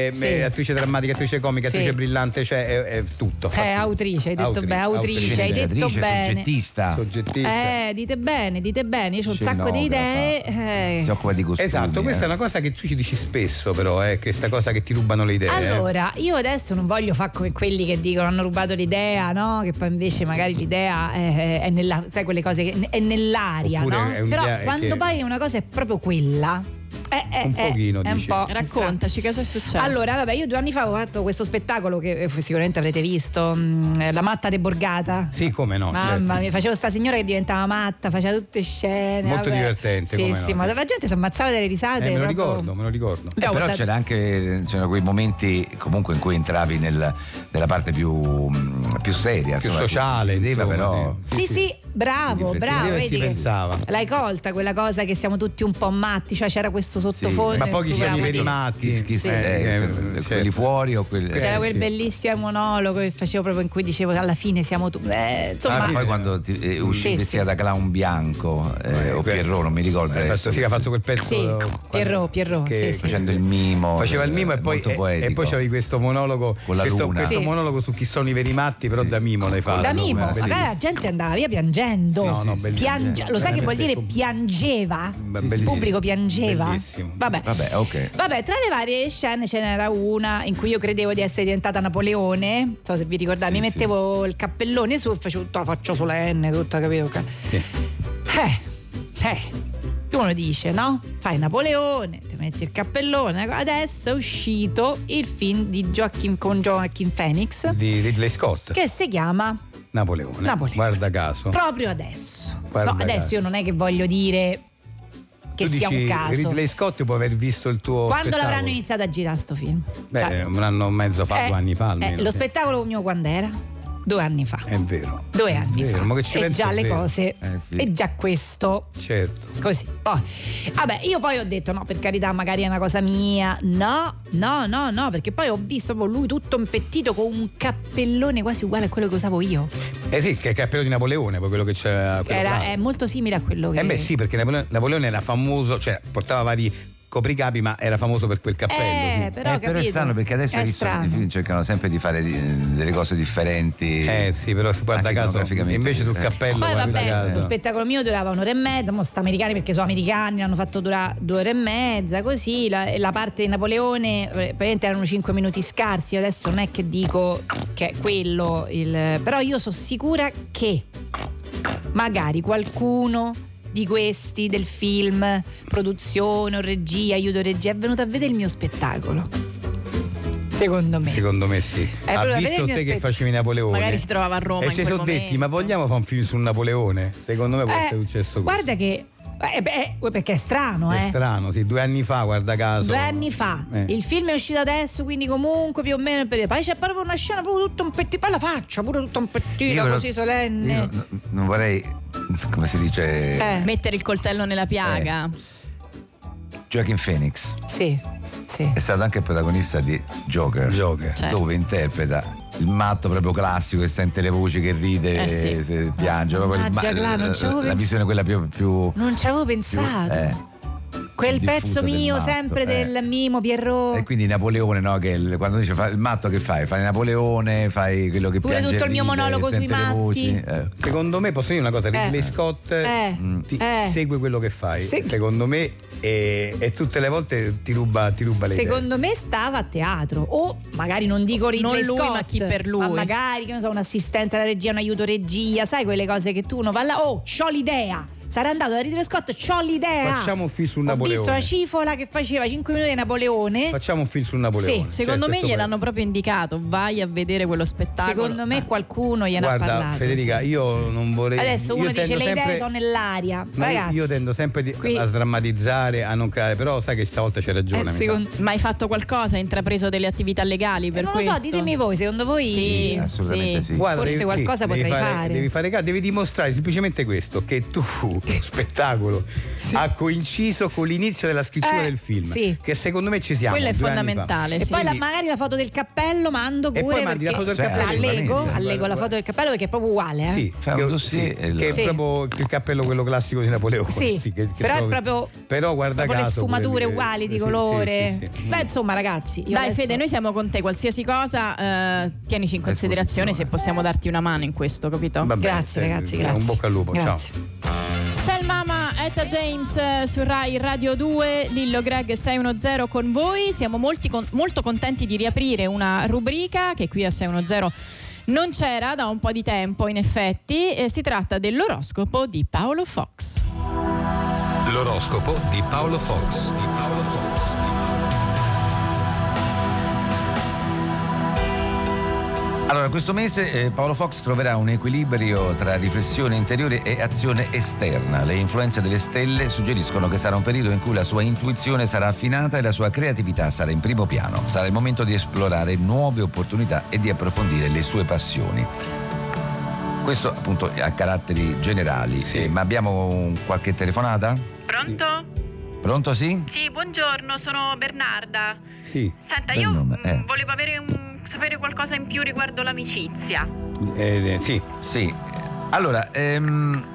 D: eh,
H: Sì.
D: eh, attrice drammatica, attrice comica,
H: Sì.
D: attrice brillante, cioè è, è tutto.
H: Eh, autrice, hai detto bene, autrice, hai detto
F: Sceneggiatrice,
H: bene.
F: soggettista.
D: Soggettista.
H: Eh, dite bene, dite bene, io ho un sacco di idee.
F: Scenografa.
H: eh.
F: Si occupa di eh. costumi.
D: Esatto, questa è una cosa che tu ci dici spesso, però, eh, che sta cosa che ti rubano le idee. eh.
H: Allora, io adesso non voglio fare come quelli che dicono hanno rubato l'idea, no? Che poi invece magari l'idea è, è nella, sai quelle cose che è nell'aria,
D: Oppure
H: no?
D: è un'idea
H: Però
D: che-
H: quando poi una cosa è proprio quella, eh, eh,
D: Un
H: eh,
D: pochino,
H: è un
D: dici.
H: po'
C: Raccontaci cosa è successo.
H: Allora, vabbè, io due anni fa ho fatto questo spettacolo che eh, sicuramente avrete visto, mm, eh, La matta de Borgata.
D: Sì, come no.
H: Mamma
D: certo.
H: mia, facevo sta signora che diventava matta, faceva tutte scene.
D: Molto divertente,
H: Sì,
D: come no.
H: sì, ma la gente si ammazzava dalle risate.
D: Eh, me lo
H: proprio-
D: ricordo, me lo ricordo.
F: Eh, però
H: guarda-
F: c'era anche c'erano quei momenti comunque in cui entravi nel- nella parte più, mh, più seria,
D: Più
F: insomma, che
D: sociale,
F: si vedeva
D: insomma,
F: però. Eh,
D: sì.
H: Sì, sì, bravo,
F: Sì, sì,
H: bravo.
D: Dove si
H: Vedi che
D: pensava.
H: l'hai colta quella cosa che siamo tutti un po' matti, cioè c'era questo sottofondo.
F: Sì,
D: Ma
H: in
D: pochi
H: cui
D: siamo i
H: eravamo
D: veri
H: tutti-
D: matti.
F: Chi- chi-
D: Sì.
F: eh,
D: Eh,
F: se-
D: certo.
F: quelli fuori o quelli
D: C'era
F: eh,
H: C'era
F: sì.
H: quel bellissimo monologo che facevo proprio in cui dicevo alla fine siamo tutti.
F: Ah,
H: insomma,
F: poi quando ti, eh, uscì
H: Certo, Sì,
F: vestita
H: sì.
F: da clown bianco eh,
D: Eh,
F: o
D: que-
F: Pierrot, non mi ricordo
D: Eh,
F: adesso,
D: fatto- sì, che ha fatto quel pezzo.
H: Sì, Pierrot, Pierrot,
D: che-
H: sì, sì.
F: facendo il mimo.
D: Faceva il mimo
F: eh,
D: e poi,
F: molto
D: e,
F: poetico.
D: e poi c'avevi questo monologo
F: Con la
D: questo,
F: luna.
D: questo
H: Sì.
D: monologo su chi sono i veri matti, però
F: Sì.
D: da Mimo l'hai fatto.
H: da Mimo,
D: Eh,
H: magari la gente andava via piangendo.
D: Sì, no, bellissimo.
H: Piange- lo sai che vuol
D: Veramente
H: dire
D: com-
H: piangeva?
D: bellissimo.
H: Il pubblico piangeva.
D: Bellissimo.
H: Vabbè.
F: Vabbè, ok.
H: Vabbè, tra le varie scene ce n'era una in cui io credevo di essere diventata Napoleone. Non so se vi ricordate,
F: Sì,
H: mi mettevo il cappellone su e facevo tutta la faccia solenne, tutta, capito?
D: Sì.
H: Eh, eh. Uno dice, no? Fai Napoleone, ti metti il cappellone. Adesso è uscito il film di Joaquin, con Joaquin Phoenix
D: Di Ridley Scott,
H: che si chiama
D: Napoleone.
H: Napoleone.
D: Guarda caso.
H: proprio adesso.
D: Guarda,
H: no, adesso
D: guarda.
H: io non è che voglio dire che
D: tu
H: sia
D: dici,
H: un caso.
D: Ridley Scott può aver visto il tuo.
H: Quando
D: spettacolo.
H: l'avranno iniziato a girare sto film? Cioè, Sai,
D: Beh, un anno e mezzo fa,
H: eh,
D: due anni fa almeno.
H: eh, lo
D: sì.
H: spettacolo mio quando era? Due anni fa.
D: È vero.
H: Due
D: È
H: anni
D: vero,
H: fa.
D: ma che ci
H: e
D: pensi,
H: già
D: è
H: le
D: vero.
H: cose,
F: Eh, sì.
H: e già questo.
D: Certo.
H: Così, poi. Vabbè, io poi ho detto: no, per carità, magari è una cosa mia. No, no, no, no, perché poi ho visto proprio lui tutto impettito con un cappellone quasi uguale a quello che usavo io.
D: Eh sì, che è il cappello di Napoleone, poi quello che c'era. quello
H: Era,
D: là.
H: è molto simile a quello che.
D: Eh beh sì, perché Napoleone, Napoleone era famoso, cioè portava vari copricapi, ma era famoso per quel cappello.
H: Eh,
D: quindi.
H: però,
F: Eh, però è
H: capito?
F: strano perché adesso
H: È
F: visto che i
H: strano.
F: film cercano sempre di fare di- delle cose differenti.
D: Eh sì, però se guarda
F: Anche
D: caso,
F: iconograficamente.
D: invece sul
F: Eh.
D: cappello
H: Poi
D: guarda
H: vabbè, lo
D: caso.
H: spettacolo mio durava un'ora e mezza, mo sta americani perché sono americani, l'hanno fatto durare due ore e mezza, così la, e la parte di Napoleone eh, praticamente erano cinque minuti scarsi, adesso non è che dico che è quello, il, però io sono sicura che magari qualcuno di questi del film, produzione o regia, aiuto regia, è venuto a vedere il mio spettacolo. Secondo me. Eh,
D: Secondo me sì.
H: proprio
D: ha
H: perché
D: visto
H: mi
D: te che
H: aspetto-
D: facevi Napoleone.
C: Magari si trovava a Roma
D: E
C: in
D: ci
C: quel
D: sono detti,
C: momento.
D: ma vogliamo fare un film su Napoleone? Secondo me può
H: Eh,
D: essere successo
H: guarda che... eh, beh, perché è strano,
D: questo.
H: eh.
D: È strano, sì, due anni fa, guarda
F: Ah,
D: caso.
H: Due anni fa,
D: Eh.
H: il film è uscito adesso, quindi comunque più o meno il periodo. Poi c'è proprio una scena, proprio tutto un pettino, poi la faccia, pure tutto un pettino
F: però-
H: così solenne.
F: io no- non vorrei, come si dice,
H: Eh,
C: Mettere il coltello nella piaga.
F: Joaquin Phoenix
H: sì, sì.
F: è stato anche il protagonista di Joker,
D: Joker.
C: Certo.
F: dove interpreta il matto proprio classico che sente le voci, che ride,
C: Eh, sì.
F: se piange, proprio il
H: Mannaggia, Cla, non ci
F: la,
H: avevo
F: la
H: pens-
F: visione quella più... più,
H: Non ci avevo
F: più-
H: pensato.
F: eh.
H: Quel
F: diffusa
H: pezzo
F: del
H: mio,
F: matto,
H: sempre
F: eh.
H: del mimo Pierrot.
F: E quindi Napoleone, no, che il- quando dice fa- il matto che fai? Fai Napoleone, fai quello che
H: Pure
F: piange
H: tutto il mio
F: ride,
H: monologo
F: sente
H: sui
F: le voci,
H: matti.
F: eh.
D: Secondo me posso dire una cosa, Ridley
H: Eh.
D: Scott mm,
H: Eh.
D: ti
H: Eh.
D: segue quello che fai.
H: Se-
D: Secondo me e, e tutte le volte ti ruba, ti ruba le idee.
H: Secondo me stava a teatro o magari non dico Ridley
C: Non lui,
H: Scott,
C: ma chi per lui.
H: ma magari che ne so, un assistente alla regia, un aiuto regia, sai quelle cose che tu non va là, oh, c'ho l'idea. sarà andato da Ridley Scott, c'ho l'idea.
D: Facciamo un film su
H: Ho visto la
D: Napoleone.
H: cifola che faceva 5 minuti di Napoleone.
D: Facciamo un film su Napoleone.
H: Sì,
C: Secondo
D: Cioè,
C: me
D: questo
C: gliel'hanno proprio indicato, vai a vedere quello spettacolo. Eh.
H: Secondo me qualcuno
D: poi-
H: gliene
D: Guarda,
H: ha parlato.
D: Federica,
H: sì.
D: io non vorrei.
H: Adesso
D: io
H: uno dice
D: tendo
H: le idee
D: sempre-
H: sono nell'aria.
D: Ma io-
H: Ragazzi,
D: io tendo sempre di-
H: qui-
D: a sdrammatizzare, a non creare, però sai che stavolta c'è ragione. mi
H: eh,
D: sa.
H: secondo-
C: Ma hai fatto qualcosa? Hai intrapreso delle attività legali per
H: Eh, non
C: questo?
H: lo so, ditemi voi, secondo voi
C: Sì,
F: assolutamente sì.
D: Guarda,
H: Forse qualcosa
D: devi
H: potrei
D: fare,
H: fare.
D: Devi fare ca- devi dimostrare semplicemente questo: che tu lo spettacolo ha coinciso con l'inizio della scrittura
H: Eh,
D: del film.
H: sì.
D: Che secondo me ci siamo.
C: Quello è
D: due anni fa.
C: fondamentale,
H: E
C: sì.
H: poi la- magari la foto del cappello mando
D: E
H: eh, pure
D: poi mandi la
H: perché-
D: foto del
F: Cioè,
D: cappello.
H: allego,
F: sicuramente.
H: allego la foto del cappello perché è proprio uguale. eh.
D: Sì,
F: Fai un
D: io-
F: dossier
D: sì,
F: e lo-
D: che
H: Sì.
D: è proprio il cappello quello classico di Napoleone.
H: Sì,
D: che- che
H: però è proprio,
D: però guarda
H: proprio le
D: caso,
H: sfumature
D: quelli-
H: uguali di
D: sì, sì,
H: colore.
D: sì, sì.
H: Beh, insomma, ragazzi, io
C: Dai
H: adesso-
C: Fede, noi siamo con te, qualsiasi cosa eh, tienici in considerazione se possiamo darti una mano in questo, capito?
D: Vabbè,
H: Grazie,
D: eh,
H: ragazzi,
D: un
H: grazie.
D: bocca al lupo, ciao.
H: Grazie.
C: Tell Mama, Eta James eh, su Rai Radio 2, Lillo Greg 610 con voi. Siamo molti con- molto contenti di riaprire una rubrica che qui a 610 non c'era da un po' di tempo, in effetti. Eh, si tratta dell'oroscopo di Paolo Fox.
K: L'oroscopo di Paolo Fox.
F: Allora, questo mese eh, Paolo Fox troverà un equilibrio tra riflessione interiore e azione esterna. Le influenze delle stelle suggeriscono che sarà un periodo in cui la sua intuizione sarà affinata e la sua creatività sarà in primo piano. Sarà il momento di esplorare nuove opportunità e di approfondire le sue passioni. Questo appunto a caratteri generali, Eh, ma abbiamo un- qualche telefonata?
J: Pronto?
F: Pronto sì?
J: Sì, buongiorno, sono Bernarda.
D: Sì,
J: Senta,
F: Bel
J: io
F: nome,
J: mh,
F: eh.
J: volevo avere un- sapere qualcosa in più riguardo l'amicizia.
D: eh, eh, sì.
F: Sì, allora ehm,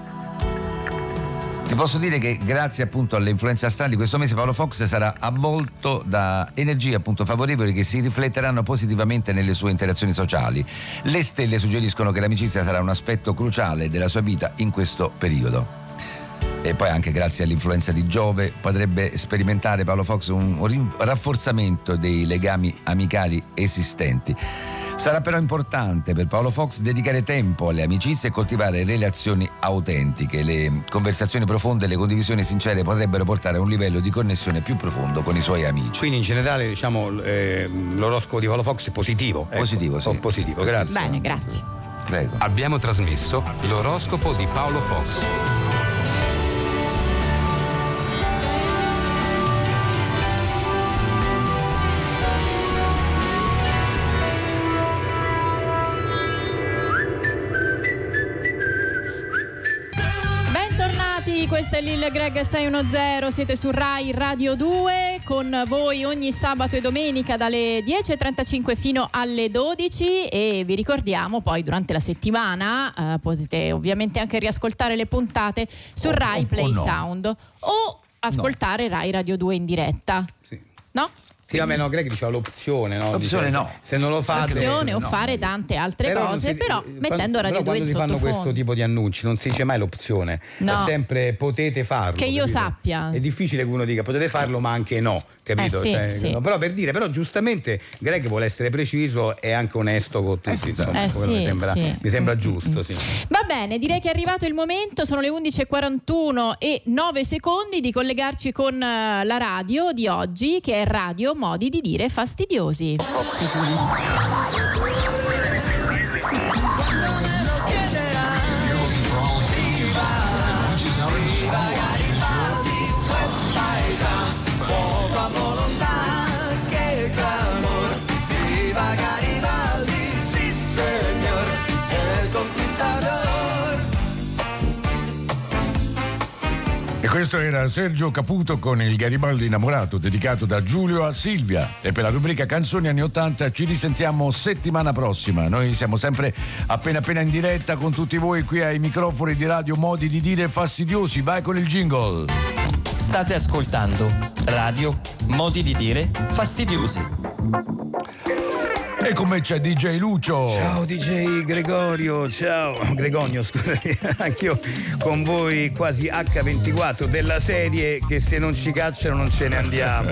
F: ti posso dire che grazie appunto alle influenze astrali questo mese Paolo Fox sarà avvolto da energie appunto favorevoli che si rifletteranno positivamente nelle sue interazioni sociali. Le stelle suggeriscono che l'amicizia sarà un aspetto cruciale della sua vita in questo periodo. E poi anche grazie all'influenza di Giove potrebbe sperimentare Paolo Fox un rin- rafforzamento dei legami amicali esistenti. Sarà però importante per Paolo Fox dedicare tempo alle amicizie e coltivare relazioni autentiche. Le conversazioni profonde e le condivisioni sincere potrebbero portare a un livello di connessione più profondo con i suoi amici.
D: Quindi in generale diciamo l- ehm, l'oroscopo di Paolo Fox è positivo. ecco.
F: Positivo, sì.
D: Oh, positivo, grazie.
C: Bene, grazie.
F: Prego.
K: Abbiamo trasmesso l'oroscopo di Paolo Fox.
C: Bentornati, questo è Lil Greg 610, siete su Rai Radio 2 con voi ogni sabato e domenica dalle 10.35 fino alle 12 e vi ricordiamo poi durante la settimana eh, potete ovviamente anche riascoltare le puntate su
F: O-
C: Rai
F: o- o
C: Play
F: no.
C: Sound o ascoltare Rai Radio 2 in diretta,
D: Sì.
C: no?
D: Sì, vabbè, no, Greg diceva l'opzione, no?
F: L'opzione
D: Diceva,
F: no.
D: se- Se non lo fate.
C: Opzione o
F: no.
C: fare tante altre
D: non
C: cose,
D: si-
C: però
D: eh,
C: mettendo
D: quando-
C: Radio
D: però
C: 2
D: quando
C: in
D: si fanno questo
C: sottofondo.
D: tipo di annunci non si dice mai l'opzione
C: No.
D: è sempre potete farlo
C: Che io sappia.
D: è difficile che uno dica potete farlo ma anche no capito
C: Eh, sì, sì.
D: no, però per dire però giustamente Greg vuole essere preciso e anche onesto con tutti insomma
C: Eh,
D: quello
C: sì,
D: mi sembra,
C: sì.
D: mi sembra
C: Mm,
D: giusto sì.
C: Va bene, direi che è arrivato il momento, sono le 11.41 e 9 secondi di collegarci con eh, la radio di oggi che è Radio Modi di Dire Fastidiosi.
L: E questo era Sergio Caputo con il Garibaldi innamorato, dedicato da Giulio a Silvia. E per la rubrica Canzoni anni 80 ci risentiamo settimana prossima. Noi siamo sempre appena appena in diretta con tutti voi qui ai microfoni di Radio Modi di Dire Fastidiosi. Vai con il jingle!
B: State ascoltando Radio Modi di dire fastidiosi.
L: E con me c'è DJ Lucio.
D: Ciao DJ Gregorio, ciao Gregonio, scusami, anch'io con voi quasi H24 della serie che se non ci cacciano non ce ne andiamo.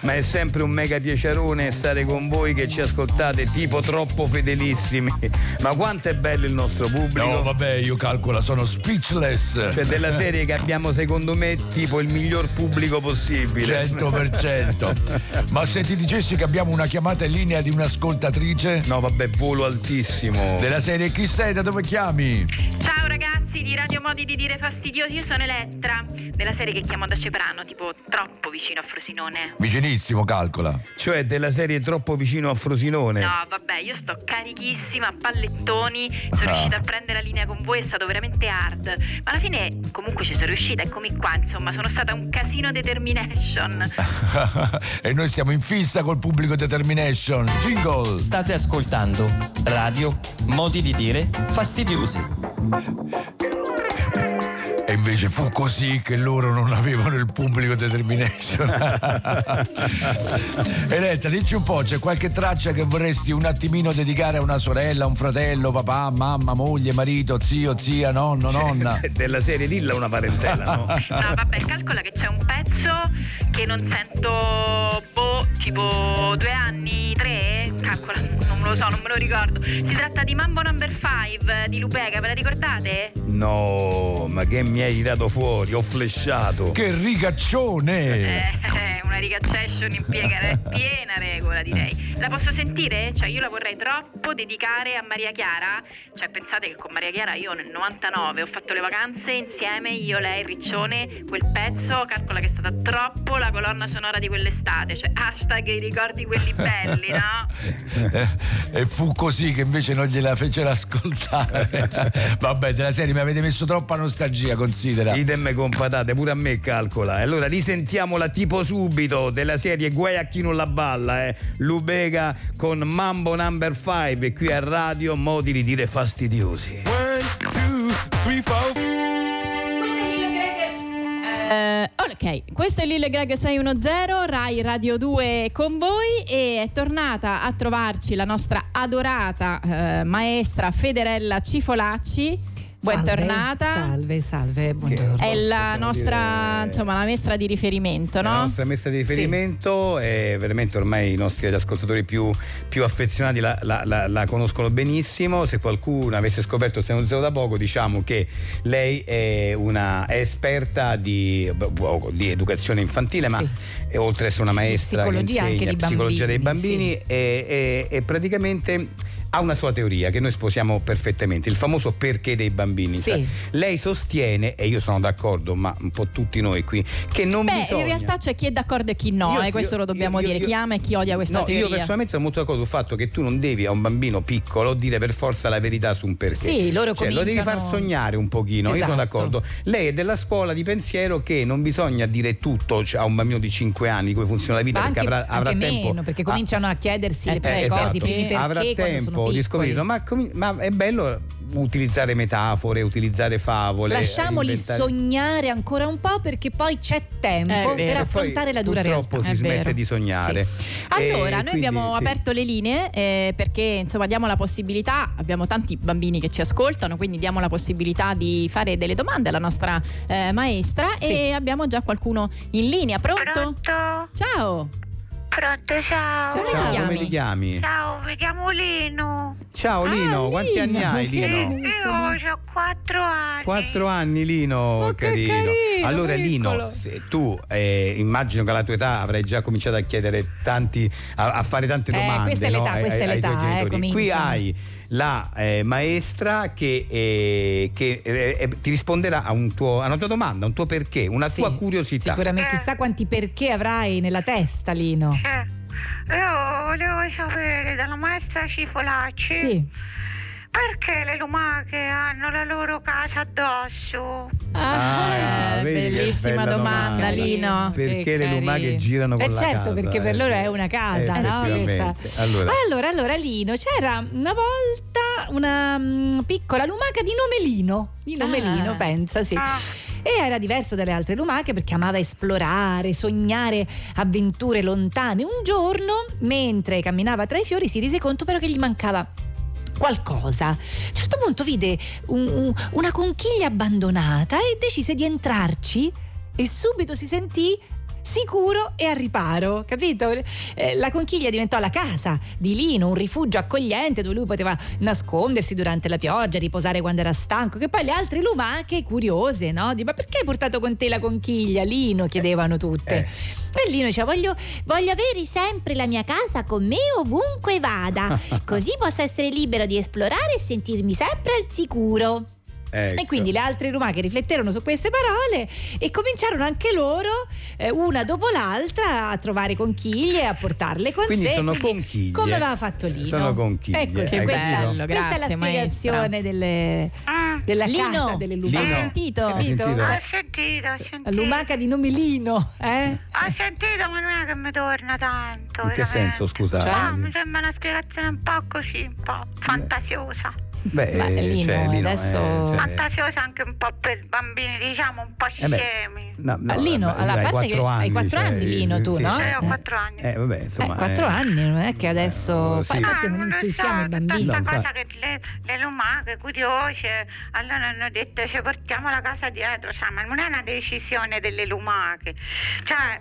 D: Ma è sempre un mega piacerone stare con voi che ci ascoltate tipo troppo fedelissimi. Ma quanto è bello il nostro pubblico.
L: No, vabbè, io calcola, sono speechless.
D: Cioè della serie che abbiamo secondo me tipo il miglior pubblico possibile.
L: 100%. Ma se ti dicessi che abbiamo una chiamata in linea di un'ascoltatrice?
D: No, vabbè, volo altissimo.
L: Della serie chi sei, da dove chiami?
J: Ciao ragazzi di Radio Modi di Dire Fastidiosi, io sono Elettra, della serie che chiamo da Ceprano, tipo troppo vicino a Frosinone.
L: Vicinissimo, calcola.
D: Cioè della serie troppo vicino a
F: Eh.
D: Frosinone.
J: No, vabbè, io sto carichissima, a pallettoni, sono
D: Ah.
J: riuscita a prendere la linea con voi, è stato veramente hard, ma alla fine comunque ci sono riuscita, eccomi qua, insomma, sono stata un casino determination.
L: e noi siamo in fissa col pubblico determination. Jingle.
M: State ascoltando Radio Modi di dire fastidiosi.
L: E invece fu così che loro non avevano il pubblico determination. Eletta, dici un po', c'è qualche traccia che vorresti un attimino dedicare a una sorella, un fratello, papà, mamma, moglie, marito, zio, zia, nonno, nonna?
D: della serie dilla una parentela, no?
J: No, Ah, vabbè, calcola che c'è un pezzo che non sento, boh, tipo due anni, tre, calcola, non lo so, non me lo ricordo. Si tratta di Mambo Number 5 di Lupega, ve la ricordate?
D: No, ma che mi hai tirato fuori? Ho flesciato.
L: Che rigaccione!
J: Eh, una rigacciation in piena, piena regola, direi. La posso sentire? Cioè, io la vorrei troppo dedicare a Maria Chiara. Cioè, pensate che con Maria Chiara io nel 99 ho fatto le vacanze insieme, io, lei, Riccione, quel pezzo, calcola che è stata troppo la colonna sonora di quell'estate. Cioè, hashtag i ricordi Eh, quelli belli, no?
L: Eh, e fu così che invece non gliela fecero ascoltare. Vabbè, della serie mi avete messo troppa nostalgia, considera.
D: Idem con patate, pure a me calcola. E Allora risentiamola tipo subito della serie Guai a chi non la balla, eh. Lubega con Mambo Number 5 qui a radio, modi di dire fastidiosi.
C: Eh, ok, questo è Lille Greg 610, Rai Radio 2 con voi e è tornata a trovarci la nostra adorata eh, maestra Federella Cifolacci. Buon
H: Salve,
C: tornata.
H: Salve, salve, buongiorno.
C: È la nostra, insomma, la maestra di riferimento,
D: La
C: no?
D: nostra messa di riferimento è veramente ormai i nostri ascoltatori più, più affezionati la, la- la- la conoscono benissimo. Se qualcuno avesse scoperto Se non zero da poco, diciamo che lei è una è esperta di, boh, di educazione infantile, ma è oltre ad essere una maestra che
H: psicologia anche
D: insegna
H: dei
D: psicologia dei
H: bambini,
D: bambini, e, e- e praticamente ha una sua teoria che noi sposiamo perfettamente, il famoso perché dei bambini. Cioè, lei sostiene, e io sono d'accordo, ma un po' tutti noi qui, che non
C: Beh,
D: bisogna.
C: in realtà c'è chi è d'accordo e chi no,
D: Io-
C: eh, questo
D: io-
C: lo dobbiamo
D: io-
C: dire,
D: io-
C: chi ama e chi odia questa
D: No,
C: teoria.
D: io personalmente sono molto d'accordo sul fatto che tu non devi a un bambino piccolo dire per forza la verità su un perché.
H: Sì, loro
D: Cioè, Lo devi far
H: cominciano-
D: sognare un pochino, io sono
H: Esatto.
D: d'accordo. Lei è della scuola di pensiero che non bisogna dire tutto cioè, a un bambino di 5 anni come funziona la vita
H: Ma anche,
D: perché avrà, avrà
H: anche
D: tempo.
H: meno, perché cominciano a chiedersi le
D: Eh,
H: prime
D: esatto.
H: cose, i primi perché
D: avrà
H: quando sono
D: tempo di
H: piccoli.
D: scoprirlo, ma, comi- ma è bello utilizzare metafore, utilizzare favole.
H: Lasciamoli
D: inventare-
H: sognare ancora un po' perché poi c'è tempo per
D: Perché Eh, poi
H: affrontare la dura realtà.
D: Purtroppo si smette di sognare. E
C: Allora, noi
D: eh, quindi,
C: abbiamo
D: sì.
C: aperto le linee eh, perché insomma diamo la possibilità, abbiamo tanti bambini che ci ascoltano, quindi diamo la possibilità di fare delle domande alla nostra eh, maestra e abbiamo già qualcuno in linea. Pronto? Ciao.
J: Pronto, ciao.
C: Ciao,
D: Ciao, come ti chiami?
J: Ciao, mi chiamo Lino.
D: Ciao
H: Ah,
D: Lino, quanti anni hai Lino?
J: Io ho quattro anni.
D: Quattro anni Lino, carino.
J: carino,
D: Allora
J: piccolo.
D: Lino, se tu eh, immagino che alla tua età avrai già cominciato a chiedere tanti, a, a fare tante
H: Eh,
D: domande.
H: questa è
D: no?
H: l'età,
D: Ai-
H: questa è
D: ai- ai tuoi
H: l'età, eh,
D: genitori. Qui
H: cominciano.
D: hai la eh, maestra che, eh, che, eh, eh, ti risponderà a, un tuo- a una tua domanda, un tuo perché, una tua curiosità.
H: Sicuramente chissà quanti perché avrai nella testa, Lino.
J: Io Eh, volevo sapere dalla maestra Cifolacci
H: Sì.
J: perché le lumache hanno la loro casa addosso.
D: Ah, vedi che
C: bellissima
D: bella
C: domanda, Lino.
D: Perché
C: Che
D: le lumache
C: carino.
D: girano
H: Eh
D: con la
H: certo,
D: casa,
H: perché
D: eh.
H: per loro è una casa,
D: Eh,
H: no?
D: effettivamente.
H: Questa.
D: Allora.
H: allora, allora, Lino, c'era una
D: Ah.
J: Ah,
H: volta una mm, piccola lumaca di nome Lino, di nome Lino, pensa, sì. E era diverso dalle altre lumache perché amava esplorare, sognare avventure lontane. Un giorno, mentre camminava tra i fiori, si rese conto però che gli mancava qualcosa. A un certo punto vide un- un- una conchiglia abbandonata e decise di entrarci e subito si sentì sicuro e al riparo, capito? Eh, la conchiglia diventò la casa di Lino, un rifugio accogliente dove lui poteva nascondersi durante la pioggia, riposare quando era stanco, che poi le altre lumache curiose, no? Di, ma perché hai portato con te la conchiglia, Lino? chiedevano tutte. E Lino diceva, voglio, voglio avere sempre la mia casa con me ovunque vada, così posso essere libero di esplorare e sentirmi sempre al sicuro.
D: Ecco.
H: E quindi le altre lumache rifletterono su queste parole e cominciarono anche loro, eh, una dopo l'altra, a trovare conchiglie e a portarle con
D: Quindi
H: sé.
D: sono
H: Quindi,
D: conchiglie.
H: Come aveva fatto Lino?
D: Sono conchiglie,
H: Ecco, sì,
D: hai
H: questa,
D: capito?
H: questa è la
C: Grazie, maestra.
H: spiegazione delle-
J: ah.
H: della
C: Lino,
H: casa delle lumache.
D: Lino,
C: sentito?
D: hai sentito?
H: Ah,
J: Ho sentito, ho sentito.
H: La lumaca di nome Lino, eh?
J: Ho sentito, ma non è che mi torna tanto.
D: In che
J: veramente.
D: senso, scusa?
H: Cioè?
D: Eh.
J: Ah, mi sembra una spiegazione un po' così, un po' fantasiosa.
D: Beh,
H: Ma Lino,
D: cioè, Lino,
H: adesso-
D: eh, cioè-
J: Fantasiosa anche un po' per bambini, diciamo, un po'
D: Eh beh,
J: scemi.
D: no, no,
H: Ma Ah, Lino,
D: vabbè,
H: alla
D: dai,
H: parte
D: quattro
H: che- hai
D: anni,
H: quattro anni, Lino, tu, no?
D: eh,
J: Eh, ho quattro anni.
D: Eh, vabbè, insomma.
H: eh, quattro
D: eh.
H: anni, non è che adesso...
D: Eh, sì.
H: Fa-
J: Ah,
H: infatti non insultiamo i bambini.
D: No,
J: Questa
D: infatti.
J: cosa che le, le lumache curiose allora hanno detto ci portiamo la casa dietro, cioè, ma non è una decisione delle lumache. Cioè,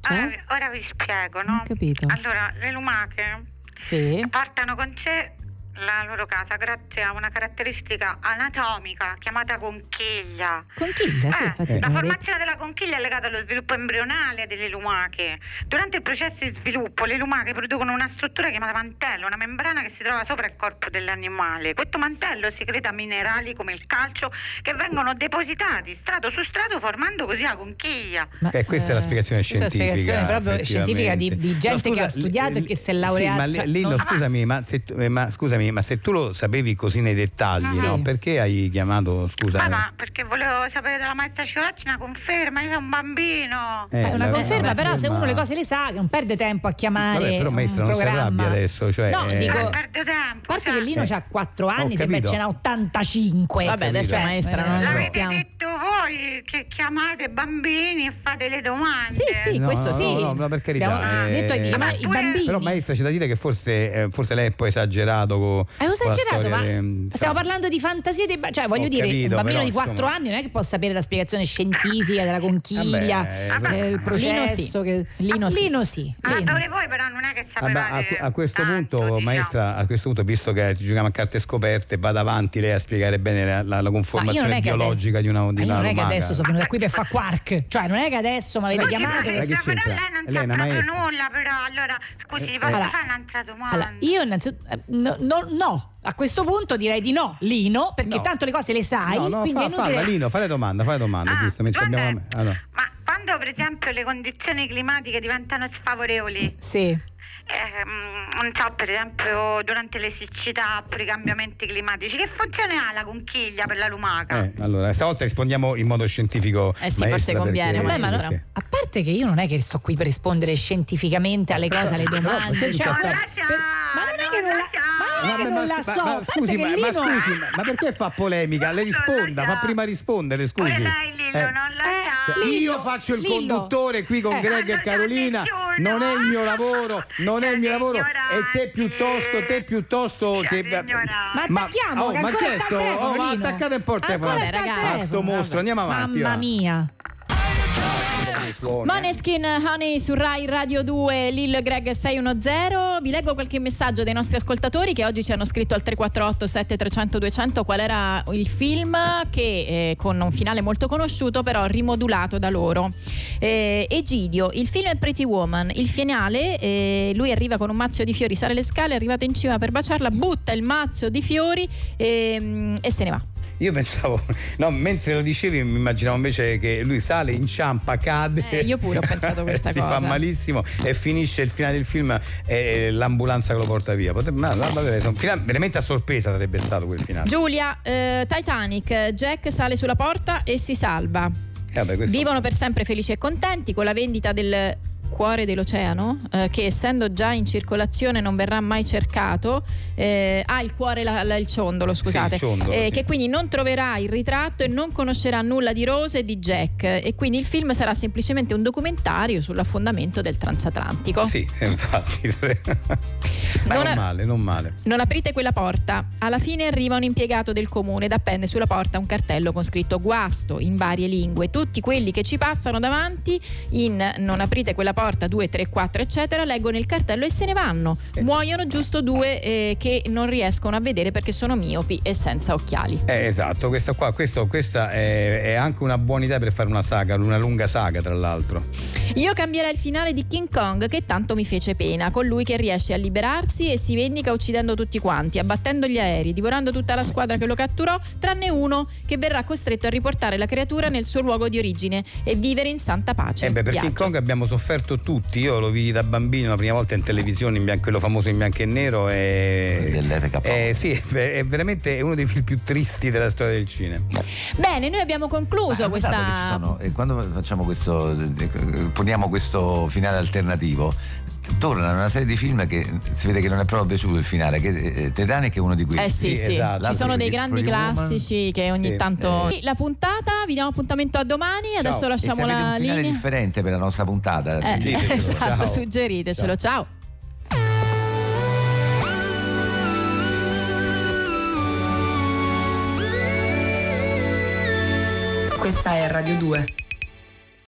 H: Cioè?
J: Ora, ora vi spiego,
H: Non ho
J: no?
H: capito.
J: Allora, le lumache
H: Sì.
J: portano con sé la loro casa grazie a una caratteristica anatomica chiamata conchiglia.
H: Conchiglia, sì,
J: Eh,
H: infatti.
J: la
H: abbiamo detto.
J: formazione della conchiglia è legata allo sviluppo embrionale delle lumache. Durante il processo di sviluppo le lumache producono una struttura chiamata mantello, una membrana che si trova sopra il corpo dell'animale. Questo mantello secreta minerali come il calcio che vengono depositati strato su strato formando così la conchiglia.
H: Ma,
D: Eh, questa è la
H: eh,
D: spiegazione
H: questa è la
D: scientifica.
H: spiegazione proprio scientifica di, di
D: effettivamente.
H: gente
D: No,
H: che ha
D: scusa,
H: studiato
D: l-
H: e che si è
D: l-
H: laureata.
D: Sì, ma
H: cioè,
D: l- Lino,
H: non-
D: scusami, ma se, tu, eh, ma scusami, ma se tu lo sapevi così nei dettagli,
H: Ah,
J: Sì.
D: no? perché hai chiamato? Scusa. eh,
J: Ah, ma perché volevo sapere dalla maestra Sciolacci una conferma, io sono un bambino.
D: Eh,
H: è una
D: la-
H: conferma,
D: la
H: però se
D: conferma-
H: uno le cose le sa, che non perde tempo a chiamare.
D: Vabbè, però,
H: un
D: maestra, non si
H: programma.
D: arrabbia adesso, cioè,
H: no,
D: eh.
H: dico.
J: Non
H: A
J: perdo tempo.
H: parte che
J: cioè.
H: Lino
D: Eh.
H: ha 4
D: Ho
H: anni, se invece
D: capito.
H: ce n'ha 85.
C: Vabbè, adesso
D: capito.
C: maestra, non
D: Eh,
C: non
D: no.
J: L'avete
C: stiamo.
J: detto voi che chiamate bambini e fate le domande.
C: Sì, sì,
D: No,
C: questo
D: no,
C: sì.
D: no, no, per carità.
H: Abbiamo
D: eh,
H: detto ai- ma i
J: Però,
H: bambini.
D: Però maestra c'è da dire che forse, eh, forse lei è un po' esagerato con
H: Avevo
D: con la storia
H: esagerato, ma
D: del-
H: stiamo parlando di fantasie dei ba- Cioè, voglio
D: Ho
H: dire,
D: capito,
H: un bambino
D: però,
H: di 4
D: insomma.
H: anni non è che può sapere la spiegazione scientifica della conchiglia,
D: Vabbè,
H: eh, il processo. che-
C: Lino
H: Ah,
C: sì.
H: Lino sì.
J: Ah,
H: Lino
J: pure
H: sì.
J: voi però non è che
D: Ah, ma a,
J: sapevate
D: a questo
J: tanto,
D: punto,
J: diciamo.
D: maestra, a questo punto, visto che giochiamo a carte scoperte, vada avanti lei a spiegare bene la, la- la
H: Ma io non
D: conformazione
H: è che
D: biologica
H: adesso,
D: di una, di
H: ma io
D: una
H: non è che
D: lumaca.
H: adesso sono venuta qui per fare quark, cioè non è che adesso mi avete
D: Ma che
H: chiamato.
D: Ma che
J: Maestra, però
D: c'entra?
J: lei non
D: Lei è una
J: sa proprio
D: maestra.
J: nulla, però allora scusi,
D: Eh,
J: posso
D: eh.
J: fare un'altra domanda?
H: Allora, io innanzitutto eh, no, no, no. a questo punto direi di no, Lino, perché
D: No.
H: tanto le cose le sai,
D: No, no,
H: quindi
D: fa,
H: è inutile.
D: falla, Lino, fai la domanda, fai la domanda,
J: Ah,
D: giustamente. ci
J: vabbè.
D: abbiamo- allora.
J: Ma quando per esempio le condizioni climatiche diventano sfavorevoli,
H: Sì.
J: eh, mm, non so, per esempio durante le siccità oppure i cambiamenti climatici, che funzione ha la conchiglia per la lumaca?
D: Eh, allora, stavolta rispondiamo in modo scientifico.
C: Eh sì,
D: maestra,
C: forse conviene,
D: perché-
H: Vabbè, ma no,
D: perché-
H: a parte che io non è che sto qui per rispondere scientificamente alle cose, alle
D: però perché
H: domande, cioè,
D: tutta sta-
H: per- ma non è che non la, ma non è che
D: No,
H: non la
D: scu-
H: so, a parte
D: scusi,
H: che
D: ma,
H: Lino eh,
D: ma scusi, ma- ma perché fa polemica? Le risponda,
J: sa.
D: fa prima rispondere, scusi.
J: Pure lei Lillo
D: Eh.
J: non la
H: eh,
J: sa.
D: Cioè,
H: Lillo,
D: io faccio il
H: Lillo.
D: conduttore qui con
H: Eh.
D: Greg e
J: Ma
D: Carolina, non
J: non lo
D: è il mio lavoro, non è il mio
J: Siete
D: lavoro. E te
J: ignoranti.
D: piuttosto, te piuttosto
J: Siete
D: che.
J: ignoranti.
H: Ma attacchiamo,
D: oh,
H: che
D: ma
H: ancora
D: che è
H: sta al
D: sto?
H: telefono,
D: Oh, ma
H: Lino.
D: attaccate il portafono.
H: Ancora sta al
D: Basta,
H: telefono,
D: sto
H: vabbè.
D: mostro, andiamo avanti.
H: mamma
D: va.
H: mia.
D: Suoni, eh.
C: Moneskin Honey su Rai Radio 2 Lil Greg 610 vi leggo qualche messaggio dei nostri ascoltatori che oggi ci hanno scritto al 348 7300 200 qual era il film che eh, con un finale molto conosciuto però rimodulato da loro Eh, Egidio il film è Pretty Woman il finale eh, lui arriva con un mazzo di fiori sale le scale è arrivato in cima per baciarla butta il mazzo di fiori ehm, e se ne va
D: Io pensavo, no, mentre lo dicevi, mi immaginavo invece che lui sale, inciampa, cade.
C: Eh, io pure ho pensato questa
D: si
C: cosa.
D: fa malissimo e finisce il finale del film e l'ambulanza che lo porta via. Potrebbe, no, no, vabbè, sono- fina- veramente a sorpresa sarebbe stato quel finale.
C: Giulia eh, Titanic Jack sale sulla porta e si salva
D: Eh, vabbè, questo-
C: Vivono per sempre felici e contenti con la vendita del Cuore dell'oceano, eh, che essendo già in circolazione non verrà mai cercato, eh, ha il cuore, la- la- il ciondolo, scusate,
N: il ciondolo,
C: eh,
N: sì.
C: che quindi non troverà il ritratto e non conoscerà nulla di Rose e di Jack e quindi il film sarà semplicemente un documentario sull'affondamento del transatlantico.
D: Sì, eh, infatti. Ma
C: Non
D: non,
C: è-
D: male, non male.
C: Non aprite quella porta. Alla fine arriva un impiegato del comune ed appende sulla porta un cartello con scritto guasto in varie lingue. Tutti quelli che ci passano davanti in non aprite quella porta 2, 3, 4 eccetera leggono il cartello e se ne vanno. Muoiono giusto due eh, che non riescono a vedere perché sono miopi e senza occhiali.
D: Eh, esatto, questa, qua, questo- questa è, è anche una buona idea per fare una saga, una lunga saga tra l'altro.
C: Io cambierei il finale di King Kong che tanto mi fece pena, con lui che riesce a liberarsi e si vendica uccidendo tutti quanti, abbattendo gli aerei, divorando tutta la squadra che lo catturò, tranne uno che verrà costretto a riportare la creatura nel suo luogo di origine e vivere in santa pace.
D: Eh beh, per
C: Viaggio.
D: King Kong abbiamo sofferto tutti. Io lo vidi da bambino la prima volta in televisione, in bianco- quello famoso in bianco e nero. E, Eh, sì, è ver- è veramente uno dei film più tristi della storia del cinema.
C: Bene, noi abbiamo concluso
F: Ah,
C: questa...
F: Sono- e quando facciamo questo, poniamo questo finale alternativo, t- tornano una serie di film che si vede che non è proprio piaciuto il finale, che eh, Titanic è uno di questi.
C: Eh sì, sì,
D: esatto.
C: ci sono dei grandi classici che ogni
F: Sì.
C: tanto...
F: Eh.
C: La puntata, vi diamo appuntamento a domani, adesso lasciamo
F: e se
C: la
F: avete un finale
C: linea...
F: differente per la nostra puntata.
C: Eh,
F: suggeritecelo.
C: esatto,
F: Ciao.
C: suggeritecelo, ciao.
A: Questa è Radio 2.